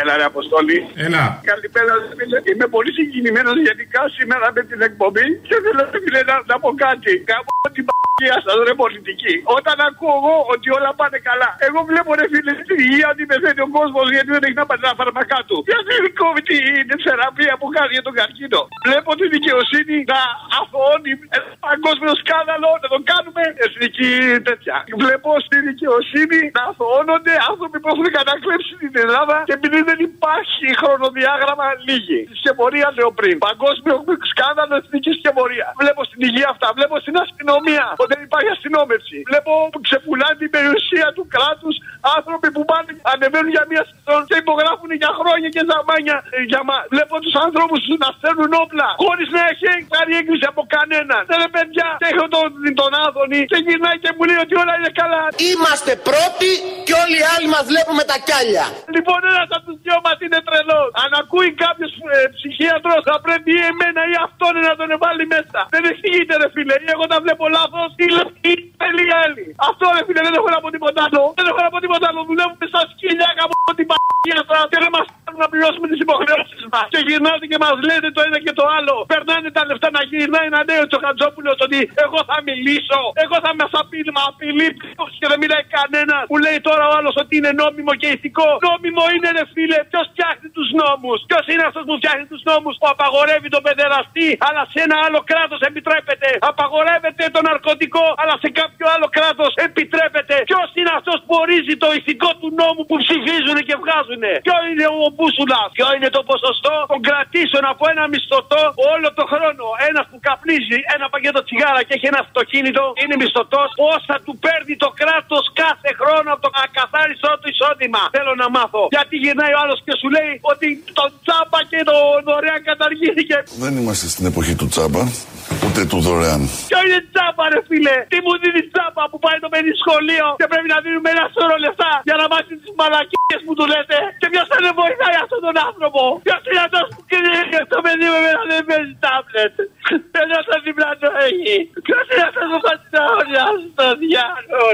Speaker 24: Έλα, ρε Αποστολή.
Speaker 4: Έλα.
Speaker 24: Καλημέρα, ρε φίλε. Είμαι πολύ συγκινημένος γενικά σήμερα με την εκπομπή και θέλω ρε φίλε, να, να πω κάτι. Κάπου την παγία σας, ρε πολιτική. Όταν ακούω εγώ ότι όλα πάνε καλά, εγώ βλέπω ρε φίλε στην υγεία ότι πεθαίνει ο κόσμος γιατί δεν έχει να πάρει τα φάρμακά του. Γιατί δεν κόβει τη- την θεραπεία που κάνει για τον καρκίνο. Βλέπω τη δικαιοσύνη να αφώνει ένα παγκόσμιο σκάνδαλο να το κάνουμε εθνική τέτοια. Βλέπω στη δικαιοσύνη να αθωώνονται άνθρωποι που έχουν κατακλέψει την Ελλάδα και επειδή δεν υπάρχει χρονοδιάγραμμα λίγη. Σε πορεία λέω πριν. Παγκόσμιο σκάνδαλο εθνικής και πορεία. Βλέπω στην υγεία αυτά. Βλέπω στην αστυνομία ότι δεν υπάρχει αστυνόμευση. Βλέπω που ξεπουλάνε την περιουσία του κράτους άνθρωποι που πάνε, ανεβαίνουν για μία σεζόν και υπογράφουν για χρόνια και ζαμάνια ε, για μα. Βλέπω τους ανθρώπους να στέλνουν όπλα χωρίς να έχει πάρει έγκριση από κανέναν. Δεν ρε παιδιά, έχω τον, τον Άδωνη και γυρνάει και μου λέει ότι όλα είναι καλά. Είμαστε πρώτοι και όλοι οι άλλοι μας βλέπουμε τα κιάλια. Λοιπόν, ένας από τους δυο μας είναι τρελός. Αν ακούει κάποιος ε, ψυχίατρος, θα πρέπει ή εμένα ή αυτόν να τον βάλει μέσα. Δεν εξηγείται, ρε φίλε. Ή εγώ τα βλέπω λάθος, ή λε- ή θέλει η άλλη. Αυτό, ρε φίλε, δεν έχω να πω τίποτα άλλο. Δεν έχω να πω τίποτα άλλο. Δουλεύουμε σαν σκυλιά κάπου την παγία σα και δεν μα κάνουν να πληρώσουμε τις υποχρεώσεις μας. Και γυρνάτε και μας λέτε το ένα και το άλλο. Περνάνε τα λεφτά να γυρνάει να λέει ο Τσοχατζόπουλος ότι εγώ θα μιλήσω. Εγώ θα με απειλεί, μα απειλεί ποιος και δεν μιλάει κανένας. Που λέει τώρα ο άλλος ότι είναι νόμιμο και ηθικό. Νόμιμο είναι ρε φίλε. Ποιος φτιάχνει τους νόμους. Ποιος είναι αυτός που φτιάχνει τους νόμους που απαγορεύει τον παιδεραστή, αλλά σε ένα άλλο κράτος επιτρέπεται. Απαγορεύεται το ναρκωτικό, αλλά σε κάποιο άλλο κράτος επιτρέπεται. Ποιος είναι αυτός που ορίζει το ηθικό του νόμου που ψηφίζουν και βγάζουν. Ποιο είναι ο μπούσουλας, ποιο είναι το ποσοστό των κρατήσεων από ένα μισθωτό όλο το χρόνο. Ένας που καπνίζει ένα πακέτο τσιγάρα και έχει ένα αυτοκίνητο, είναι μισθωτός. Πόσα του παίρνει το κράτος κάθε χρόνο από το ακαθάριστό του εισόδημα. Θέλω να μάθω. Γιατί γυρνάει ο άλλος και σου λέει ότι το τσάμπα και το δωρεάν καταργήθηκε.
Speaker 18: Δεν είμαστε στην εποχή του τσάμπα, ούτε του δωρεάν.
Speaker 24: Ποιο είναι τσάμπα, ρε φίλε! Τι μου δίνεις τσάμπα που πάει το παιδί σχολείο και πρέπει να δίνουμε ένα σωρό λεφτά για να μάθει τις μαλακίες που του λέτε. Και ποιος θα δεν βοηθάει αυτόν τον άνθρωπο. Ποιος είναι αυτός που κρίνει αυτό το παιδί με μένα δεν παίζει τάμπλετ. Ένα θα διπλανό έχει. Ποιος είναι αυτός που πάει την αγωνιά στο διάλογο.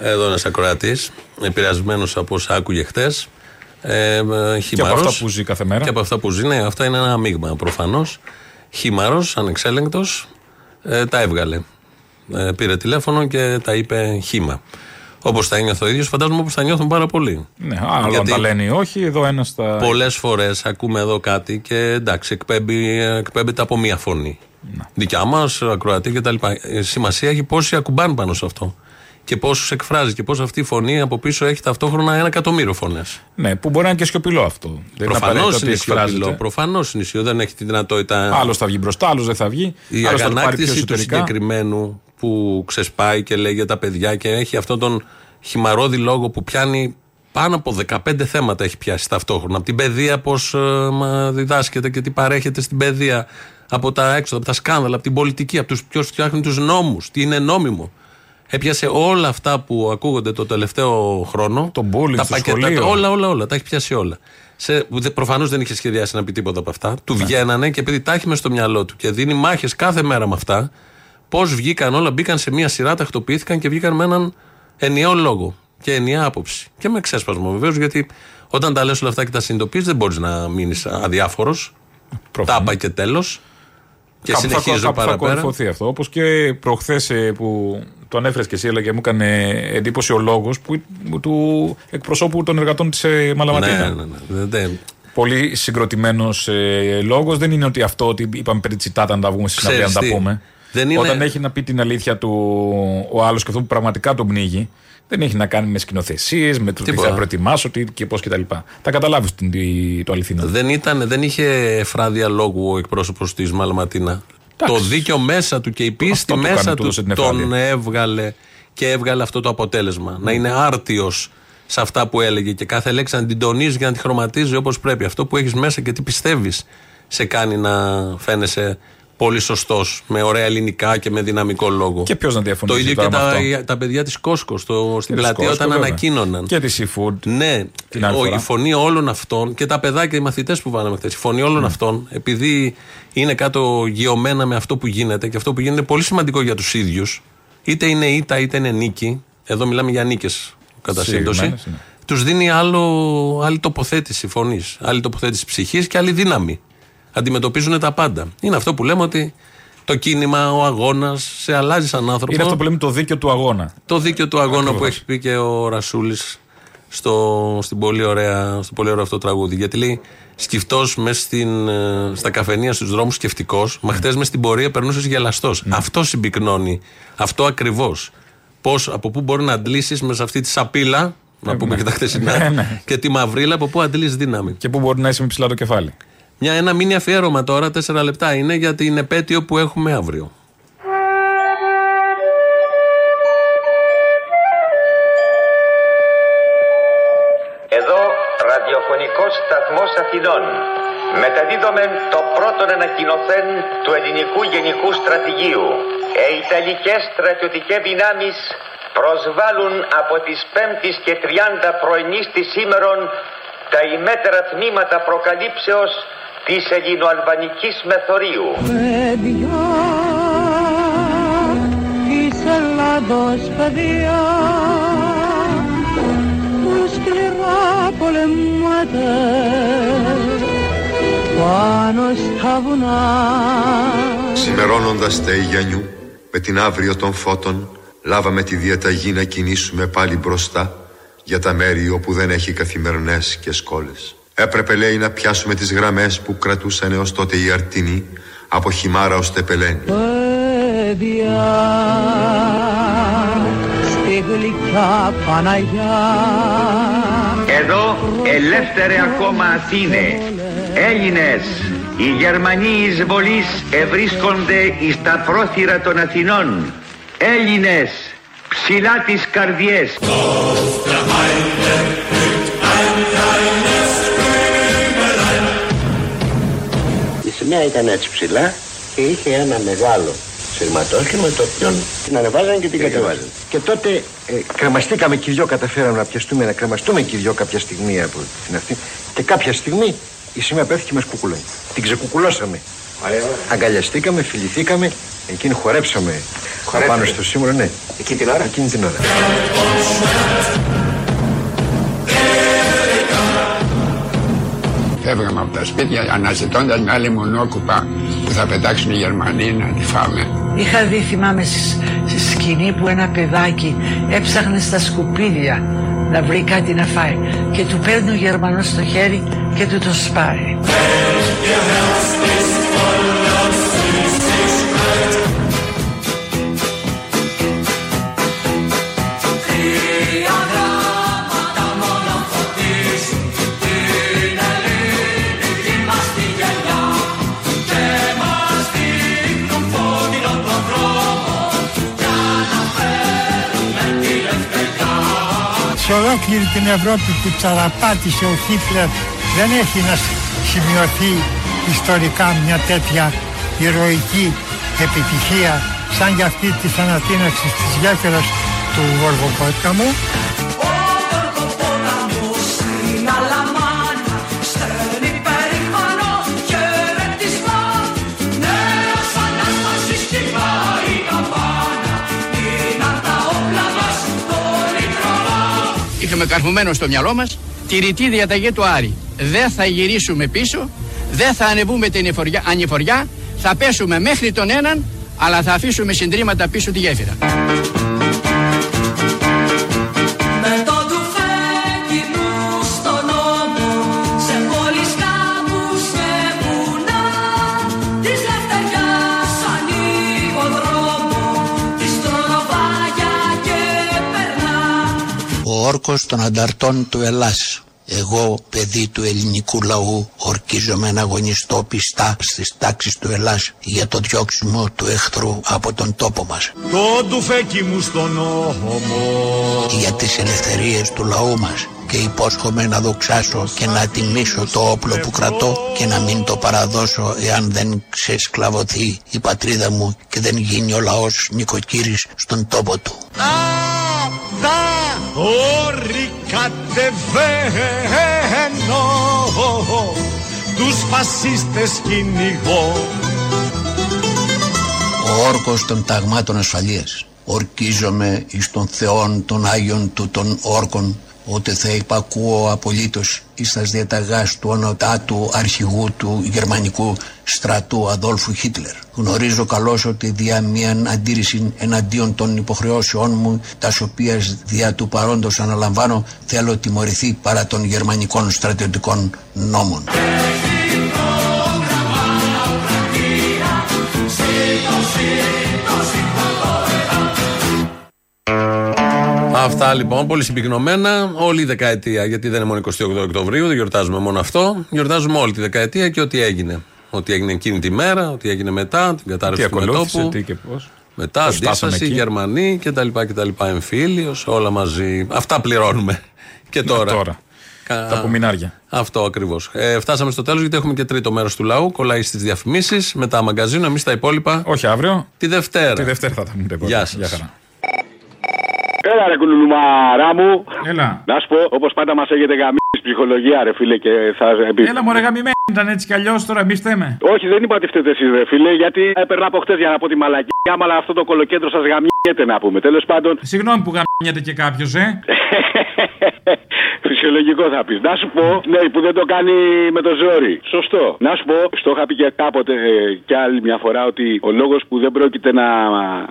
Speaker 3: Εδώ ένας ακροατής, επηρεασμένος από όσα άκουγε χθες. Ε, ε, χυμαρός.
Speaker 8: αυτά που ζει κάθε μέρα.
Speaker 3: Και από αυτά που ζει, ναι, αυτά είναι ένα μείγμα προφανώ. Χήμαρο, ανεξέλεγκτος, ε, τα έβγαλε. ε, πήρε τηλέφωνο και τα είπε χήμα. Όπως τα ένιωθε ο ίδιος, φαντάζομαι όπως τα νιώθουν πάρα πολλοί.
Speaker 4: Ναι, άλλο
Speaker 3: Γιατί-
Speaker 4: αν τα λένε ή όχι, εδώ ένας τα.
Speaker 3: Πολλές φορές ακούμε εδώ κάτι και εντάξει, εκπέμπει, εκπέμπεται από μία φωνή. Δικιά μας, ακροατή κτλ. Ε, Σημασία έχει πόσοι ακουμπάνε πάνω σε αυτό. Και πόσους εκφράζει και πώς αυτή η φωνή από πίσω έχει ταυτόχρονα ένα εκατομμύριο φωνές.
Speaker 4: Ναι, που μπορεί να είναι και σιωπηλό αυτό. Δεν
Speaker 3: Προφανώς
Speaker 4: απαραίτητο
Speaker 3: είναι
Speaker 4: ότι εκφράζεται.
Speaker 3: σιωπηλό. Προφανώς είναι σιωπηλό. Δεν έχει τη δυνατότητα.
Speaker 4: Άλλος θα βγει μπροστά, άλλος δεν θα βγει.
Speaker 3: Η
Speaker 4: άλλος θα το πάρει πιο
Speaker 3: αγανάκτηση του
Speaker 4: εσωτερικά.
Speaker 3: συγκεκριμένου που ξεσπάει και λέει για τα παιδιά και έχει αυτόν τον χυμαρόδη λόγο που πιάνει πάνω από 15 θέματα έχει πιάσει ταυτόχρονα. Από την παιδεία, πώς διδάσκεται και τι παρέχεται στην παιδεία. Από τα έξοδα, από τα σκάνδαλα, από την πολιτική, από τους ποιος φτιάχνει τους νόμους, τι είναι νόμιμο. Έπιασε όλα αυτά που ακούγονται το τελευταίο χρόνο. Το
Speaker 4: bullying
Speaker 3: τα
Speaker 4: στο σχολείο.
Speaker 3: όλα, όλα, όλα. Τα έχει πιάσει όλα. Σε, Προφανώς δεν είχε σχεδιάσει να πει τίποτα από αυτά.
Speaker 4: Ναι.
Speaker 3: Του βγαίνανε και επειδή τα έχει μες στο μυαλό του και δίνει μάχες κάθε μέρα με αυτά, πώς βγήκαν όλα, μπήκαν σε μία σειρά, τακτοποιήθηκαν και βγήκαν με έναν ενιαίο λόγο και ενιαία άποψη. Και με ξέσπασμο βεβαίως, γιατί όταν τα λες όλα αυτά και τα συνειδητοποιείς, δεν μπορείς να μείνεις αδιάφορος. Τάπα και τέλος. Και
Speaker 4: Κάπου θα-
Speaker 3: συνεχίζω
Speaker 4: κάπου θα
Speaker 3: παραπέρα.
Speaker 4: κορυφωθεί αυτό. Όπως και προχθές που τον έφερες και εσύ, αλλά και μου έκανε εντύπωση ο λόγος του εκπροσώπου των εργατών της Μαλαματίνα.
Speaker 3: Ναι, ναι, ναι. Δεν- δεν-
Speaker 4: Πολύ συγκροτημένος ε, λόγος. Δεν είναι ότι αυτό ότι είπαμε πριν τη τσιτάτα να τα βγούμε στη συναυλία να
Speaker 3: Ξέρεις
Speaker 4: τα
Speaker 3: τι,
Speaker 4: πούμε.
Speaker 3: δεν είναι-
Speaker 4: Όταν έχει να πει την αλήθεια του ο άλλος και αυτό που πραγματικά τον πνίγει, δεν έχει να κάνει με σκηνοθεσίες, με το τι
Speaker 3: Τίποτα.
Speaker 4: θα προετοιμάσω τι, και πώς κτλ. Θα καταλάβει το αληθινό.
Speaker 3: Δεν, ήταν, δεν είχε φράδια λόγου ο εκπρόσωπος της Μαλματίνα. Το δίκιο μέσα του και η πίστη
Speaker 4: Αυτό του
Speaker 3: μέσα
Speaker 4: κάνει, του
Speaker 3: του,
Speaker 4: έδωσε την
Speaker 3: τον
Speaker 4: εφράδια.
Speaker 3: έβγαλε και έβγαλε αυτό το αποτέλεσμα. Να είναι άρτιος σε αυτά που έλεγε και κάθε λέξη να την τονίζει και να τη χρωματίζει όπως πρέπει. Αυτό που έχεις μέσα και τι πιστεύεις σε κάνει να φαίνεσαι πολύ σωστός, με ωραία ελληνικά και με δυναμικό λόγο.
Speaker 4: Και ποιος να διαφωνεί.
Speaker 3: Το ίδιο και
Speaker 4: τώρα με
Speaker 3: τα,
Speaker 4: αυτό.
Speaker 3: τα παιδιά της Κόσκος στο, στην
Speaker 4: της
Speaker 3: πλατεία
Speaker 4: Κόσκο,
Speaker 3: όταν
Speaker 4: βέβαια.
Speaker 3: ανακοίνωναν.
Speaker 4: Και της seafood.
Speaker 3: Ναι,
Speaker 4: Την άλλη
Speaker 3: ο-
Speaker 4: φορά.
Speaker 3: η φωνή όλων αυτών και τα παιδάκια, οι μαθητές που βάλαμε χθες. Η φωνή
Speaker 4: Ναι.
Speaker 3: όλων αυτών, επειδή είναι κάτω γεωμένα με αυτό που γίνεται και αυτό που γίνεται είναι πολύ σημαντικό για τους ίδιους. Είτε είναι ήττα είτε είναι νίκη. Εδώ μιλάμε για νίκες κατά
Speaker 4: Συγκεκριμένες,
Speaker 3: σύντοση.
Speaker 4: ναι.
Speaker 3: Τους δίνει άλλο, άλλη τοποθέτηση φωνής, άλλη τοποθέτηση ψυχής και άλλη δύναμη. Αντιμετωπίζουν τα πάντα. Είναι αυτό που λέμε ότι το κίνημα, ο αγώνας, σε αλλάζει σαν άνθρωπο.
Speaker 4: Είναι αυτό που λέμε το δίκαιο του αγώνα.
Speaker 3: Το δίκαιο του αγώνα
Speaker 4: Ακριβώς.
Speaker 3: που έχει πει και ο Ρασούλης στο, στην πολύ ωραία, στο πολύ ωραίο αυτό τραγούδι. Γιατί λέει σκυφτός μέσα στην, ε, στα καφενεία, στους δρόμους, σκεφτικός. Μα
Speaker 4: Ναι.
Speaker 3: χτες μες στην πορεία περνούσες γελαστός. Αυτό συμπυκνώνει. Αυτό ακριβώς. Πώς, από πού μπορεί να αντλήσεις μέσα αυτή τη σαπίλα, να πούμε και τα χτεσινά,
Speaker 4: Ε, Ναι, ναι.
Speaker 3: και τη μαυρίλα, από πού αντλείς δύναμη.
Speaker 4: Και πού μπορεί να είσαι με ψηλά το κεφάλι.
Speaker 3: Μια, ένα μήνυμα αφιέρωμα τώρα, τέσσερα λεπτά είναι για την επέτειο που έχουμε αύριο.
Speaker 1: Εδώ ραδιοφωνικός σταθμός Αθηνών. Μεταδίδομαι το πρώτο ανακοινωθέν του ελληνικού γενικού στρατηγίου. Ε, οι Ιταλικές στρατιωτικές δυνάμεις προσβάλλουν από τις 5ης και 30 πρωινής της σήμερον τα ημέτερα τμήματα προκαλύψεως της ελληνοαλβανικής μεθορίου.
Speaker 19: Παιδιά της Ελλάδος παιδιά που σκληρά πολεμάτε πάνω στα βουνά
Speaker 25: Ξημερώνοντας τα Ιγιανιού με την αύριο των φώτων λάβαμε τη διαταγή να κινήσουμε πάλι μπροστά για τα μέρη όπου δεν έχει καθημερινές και σκόλες. Έπρεπε λέει να πιάσουμε τις γραμμές που κρατούσαν έως τότε οι αρτινοί από χυμάρα ως τεπελένη.
Speaker 19: παιδιά στη γλυκιά Παναγιά
Speaker 1: Εδώ ελεύθεροι ακόμα Αθήνε. Έλληνες, οι Γερμανοί εισβολείς ευρίσκονται εις τα πρόθυρα των Αθηνών. Έλληνες, ψηλά τις καρδιές.
Speaker 10: Η σημαία ήταν έτσι ψηλά και είχε ένα μεγάλο σειρματόχημα με το οποίο την ανεβάζανε και την κατεβάζανε. Και τότε ε, κρεμαστήκαμε και οι δυο, καταφέραμε να πιαστούμε, να κρεμαστούμε και οι δυο κάποια στιγμή από την αυτή. Και κάποια στιγμή η σημαία πέθηκε με σκουκουλώνει. Την ξεκουκουλώσαμε. Αγκαλιαστήκαμε, φιληθήκαμε, εκείνη χορέψαμε.
Speaker 26: Χορέψατε.
Speaker 10: Πάνω στο σύμβολο, ναι. Εκείνη την ώρα. Εκείνη την ώρα.
Speaker 26: Φεύγαμε από τα σπίτια αναζητώντας μια άλλη μονόκουπα που θα πετάξουν οι Γερμανοί να τη φάμε.
Speaker 6: Είχα δει, θυμάμαι, σ- στη σκηνή που ένα παιδάκι έψαχνε στα σκουπίδια να βρει κάτι να φάει και του παίρνει ο Γερμανός στο χέρι και του το σπάει.
Speaker 27: Σε ολόκληρη την Ευρώπη που τσαραπάτησε ο Χίτλερ δεν έχει να σημειωθεί ιστορικά μια τέτοια ηρωική επιτυχία σαν για αυτή της ανατείναξης της γέφυρας του Γοργοπόταμου.
Speaker 28: Είχαμε καρφωμένο στο μυαλό μας τη ρητή διαταγή του Άρη. Δεν θα γυρίσουμε πίσω, δεν θα ανεβούμε την εφοριά- ανηφοριά, θα πέσουμε μέχρι τον έναν, αλλά θα αφήσουμε συντρίμματα πίσω τη γέφυρα.
Speaker 19: Με το τουφέκι μου στον νόμο Σε πόλεις κάμπους και βουνά Της λευτεριάς ανοίγω δρόμο Της τρονοβάγια και περνά
Speaker 29: ο όρκος των ανταρτών του Ελλάς. Εγώ, παιδί του ελληνικού λαού, ορκίζομαι να αγωνιστώ πιστά στις τάξεις του Ελλάς για το διώξιμο του εχθρού από τον τόπο μας,
Speaker 19: Το τουφέκι μου στον νόμο
Speaker 29: για τις ελευθερίες του λαού μας και υπόσχομαι να δοξάσω και να τιμήσω το όπλο που κρατώ και να μην το παραδώσω εάν δεν ξεσκλαβωθεί η πατρίδα μου και δεν γίνει ο λαός νοικοκύρης στον τόπο του.
Speaker 19: Τα όρη κατεβαίνω Τους φασίστες κυνηγώ
Speaker 29: ο όρκος των ταγμάτων ασφαλείας. Ορκίζομαι εις των θεών των Άγιων του των όρκων, ότι θα υπακούω απολύτως εις τας διαταγάς του ονοτάτου αρχηγού του γερμανικού στρατού Αδόλφου Χίτλερ. Γνωρίζω καλώς ότι δια μίαν αντίρρηση εναντίον των υποχρεώσεών μου, τας οποίας δια του παρόντος αναλαμβάνω, θέλω τιμωρηθεί παρά των γερμανικών στρατιωτικών νόμων.
Speaker 3: Αυτά λοιπόν, πολύ συμπυκνωμένα. Όλη η δεκαετία, γιατί δεν είναι μόνο 28 Οκτωβρίου, δεν γιορτάζουμε μόνο αυτό. Γιορτάζουμε όλη τη δεκαετία και ό,τι έγινε. Ό,τι έγινε εκείνη τη μέρα, ό,τι έγινε μετά, την
Speaker 30: Τι
Speaker 3: κατάρρευση του
Speaker 30: ακολούθησε,
Speaker 3: μετόπου.
Speaker 30: τι και πώς.
Speaker 3: Μετά,
Speaker 30: Πώς φτάσαμε
Speaker 3: αντίσταση,
Speaker 30: εκεί.
Speaker 3: Γερμανοί κτλ. κτλ Εμφύλιος, όλα μαζί. Αυτά πληρώνουμε. Και τώρα.
Speaker 30: Ναι, τώρα. Τα πουμινάρια.
Speaker 3: Αυτό ακριβώς. Ε, φτάσαμε στο τέλος γιατί έχουμε και τρίτο μέρος του λαού. Κολλάει στις διαφημίσεις, μετά μαγκαζίνο, εμείς τα υπόλοιπα.
Speaker 30: Όχι αύριο.
Speaker 3: Τη Δευτέρα. Τη
Speaker 30: Δευτέρα θα τα πούμε τα υπόλοιπα.
Speaker 3: Ναι. Γεια σα.
Speaker 29: Έλα ρε κουλουμαρά μου.
Speaker 4: Έλα.
Speaker 29: Να σου πω, όπως πάντα μας έχετε γαμίσει ψυχολογία ρε φίλε και θα επί...
Speaker 28: Ναι.
Speaker 4: Έλα μωρέ γαμημένη ήταν έτσι κι αλλιώς τώρα εμείς θέμε.
Speaker 29: Όχι, δεν είπα ότι φταίτε εσείς ρε φίλε, γιατί έπαιρνα από χτες για να πω τη μαλακιά, μου, αλλά αυτό το κολοκέντρο σας γαμιέται να πούμε. Τέλος πάντων,
Speaker 4: Συγγνώμη που γαμιέται και κάποιος, ε.
Speaker 29: [LAUGHS] Φυσιολογικό θα πεις. Να σου πω, ναι, που δεν το κάνει με το ζόρι. Σωστό. Να σου πω, στο είχα πει και κάποτε ε, κι άλλη μια φορά ότι ο λόγος που δεν πρόκειται να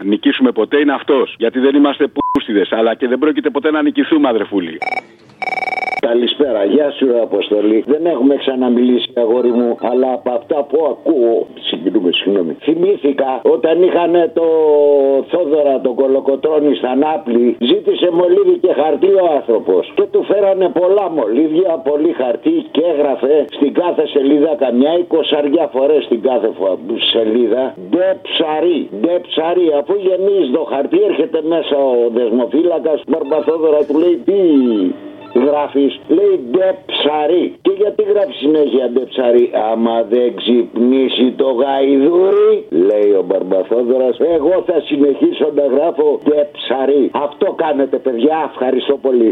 Speaker 29: νικήσουμε ποτέ είναι αυτός. Γιατί δεν είμαστε πούστιδες, αλλά και δεν πρόκειται ποτέ να νικηθούμε, αδρεφούλη.
Speaker 10: Καλησπέρα, γεια σου ρε Αποστολή. Δεν έχουμε ξαναμιλήσει αγόρι μου, αλλά από αυτά που ακούω, συγκινούμε, συγγνώμη. Θυμήθηκα όταν είχαν το Θόδωρα τον Κολοκοτρώνη στα Νάπλη, ζήτησε μολύβι και χαρτί ο άνθρωπος Και του φέρανε πολλά μολύβια, πολύ χαρτί και έγραφε στην κάθε σελίδα καμιά εικοσαριά φορές στην κάθε φο- σελίδα ντε ψαρί, ντε ψαρί. Αφού γεμίζει το χαρτί, έρχεται μέσα ο δεσμοφύλακας του Μπαρμπαθόδωρα, του λέει τι γράφεις, λέει ντε ψαρί. Και γιατί γράφεις συνέχεια ντε ψαρί, άμα δεν ξυπνήσει το γαϊδούρι, λέει ο Μπαρμπαθόδωρας, εγώ θα συνεχίσω να γράφω ντε ψαρί. Αυτό κάνετε, παιδιά, ευχαριστώ πολύ.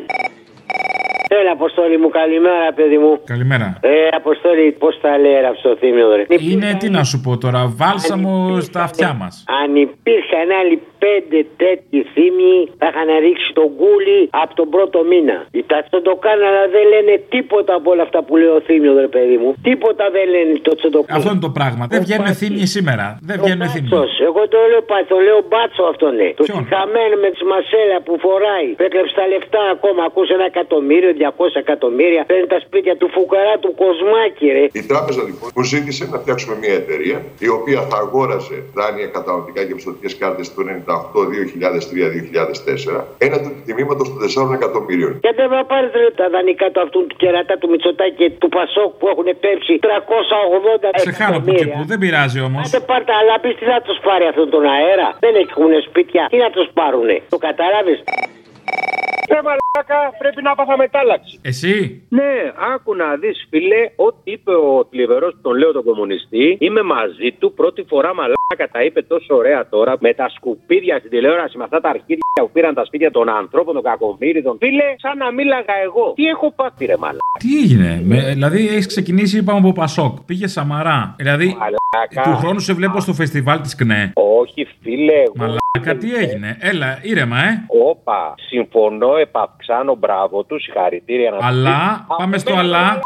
Speaker 31: Έλα, Αποστόλη μου, καλημέρα, παιδί μου.
Speaker 4: Καλημέρα. Ε,
Speaker 31: Ε, Αποστόλη, πώς τα λέει ρε, αυτό το θύμιο, ρε.
Speaker 4: Είναι, τι να σου πω τώρα, βάλσαμο στα αυτιά μας.
Speaker 31: Αν υπήρχαν άλλοι πέντε τέτοιοι θύμοι, θα είχαν ρίξει τον κούλι από τον πρώτο μήνα. Οι τατσοντοκάνα δεν λένε τίποτα από όλα αυτά που λέει ο θύμιο, ρε, παιδί μου. Τίποτα δεν λένε το τσοντοκάνα.
Speaker 4: Αυτό είναι το πράγμα. Δεν βγαίνουν θύμοι σήμερα. Δεν βγαίνουν θύμοι.
Speaker 31: Μπάτσος. Εγώ το λέω πάτσο, το λέω μπάτσο αυτό ναι. Το συγχαμένο με τη μασέλα που φοράει. που Έκλεψε τα λεφτά ακόμα, ακούσε ένα εκατομμύριο, 200 εκατομμύρια. Παίρνει τα σπίτια του φουκαρά του κοσμάκι, ρε.
Speaker 7: Η τράπεζα λοιπόν μου ζήτησε να φτιάξουμε μια εταιρεία η οποία θα αγόραζε δάνεια καταναλωτικά και πιστοτικές κάρτες του 98-2003-2004 έναντι του τιμήματο των 4 εκατομμύριων.
Speaker 31: Και δεν θα πάρεις ρε, τα δανεικά του αυτού του κερατά του Μητσοτάκη και του Πασόκ που έχουν πέψει 380
Speaker 4: Σε χάνω που και που, δεν πειράζει όμως.
Speaker 31: Άντε πάρ' τα αλλά πεις τι να τους πάρει αυτόν τον αέρα. Δεν έχουν σπίτια. Τι να τους πάρουνε. Το κατάλαβες.
Speaker 9: Ρε Ε, μαλάκα, πρέπει να πάθα μετάλλαξη.
Speaker 4: Εσύ.
Speaker 9: Ναι, άκου να δεις, φίλε, ό,τι είπε ο θλιβερός που τον λέω τον κομμουνιστή, είμαι μαζί του πρώτη φορά μαλάκα. Τα είπε τόσο ωραία τώρα με τα σκουπίδια στην τηλεόραση, με αυτά τα αρχίδια που πήραν τα σπίτια των ανθρώπων, των κακομίριδων. Φίλε, σαν να μίλαγα εγώ. Τι έχω πάθει, ρε μαλάκα.
Speaker 4: Τι έγινε, με, δηλαδή έχεις ξεκινήσει, είπαμε από Πασόκ. Πήγες Σαμαρά. Δηλαδή,
Speaker 9: Μαλάκα.
Speaker 4: του χρόνου σε βλέπω στο φεστιβάλ της ΚΝΕ.
Speaker 9: Όχι, φίλε, εγώ.
Speaker 4: Μαλάκα, τι έγινε. Έλα, ήρεμα, ε.
Speaker 9: Όπα, συμφωνώ, επαυξάνω, μπράβο τους, συγχαρητήρια να
Speaker 4: Αλλά, πάμε στο αλλά.
Speaker 9: Μαλάκα.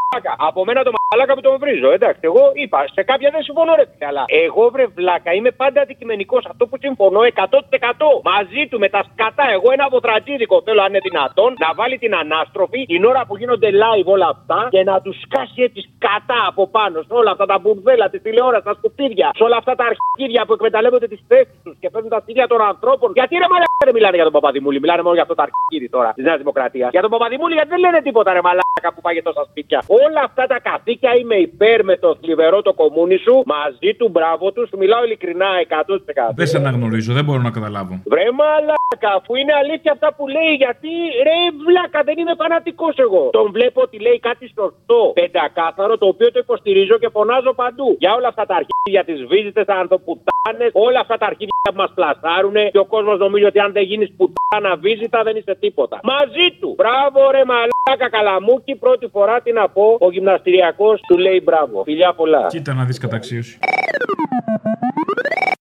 Speaker 9: Από μένα το μαλάκα που τον βρίζω. Εντάξει, εγώ είπα σε κάποια δεν συμφωνώ, ρε φίλε. Αλλά εγώ βρε βλάκα είμαι πάντα αντικειμενικός. Αυτό που συμφωνώ 100% μαζί του με τα σκατά. Εγώ ένα βοτρατζίδικο θέλω, αν είναι δυνατόν, να βάλει την ανάστροφη την ώρα που γίνονται live όλα αυτά και να τους σκάσει έτσι σκατά από πάνω σε όλα αυτά τα μπουρδέλα, τη τηλεόραση, τα σκουπίδια, σε όλα αυτά τα αρχίδια που εκμεταλλεύονται τις θέσεις τους και παίρνουν τα στήρια των ανθρώπων. Γιατί ρε μαλάκα δεν μιλάνε για τον Παπαδημούλη, μιλάνε μόνο για αυτό το αρχίδι τώρα της Νέας Δημοκρατίας. Για τον Παπαδημούλη γιατί δεν λένε τίποτα ρε μαλάκα που πάγε τόσα σπίτια. Όλα αυτά τα καθήκια είμαι υπέρ με το θλιβερό το κομμούνι σου, μαζί του μπράβο τους, σου μιλάω ειλικρινά 100%.
Speaker 4: Δεν σε αναγνωρίζω, δεν μπορώ να καταλάβω.
Speaker 9: Βρε μαλάκα, αφού είναι αλήθεια αυτά που λέει, γιατί ρε βλάκα, δεν είμαι φανατικός εγώ. Τον βλέπω ότι λέει κάτι σωστό, πεντακάθαρο, το οποίο το υποστηρίζω και φωνάζω παντού. Για όλα αυτά τα αρχίδια, τι βίζετε, τα ανθοπουτάνε, όλα αυτά τα αρχίδια που μας πλασάρουν και ο κόσμος νομίζει ότι αν δεν γίνεις πουτάνα βίζητα δεν είσαι τίποτα. Μαζί του! Μπράβο ρε μαλάκα, καλαμούκι, πρώτη φορά τι να πω, ο γυμναστηριακός του λέει μπράβο. Φιλιά πολλά.
Speaker 4: Κοίτα να δεις καταξίωση.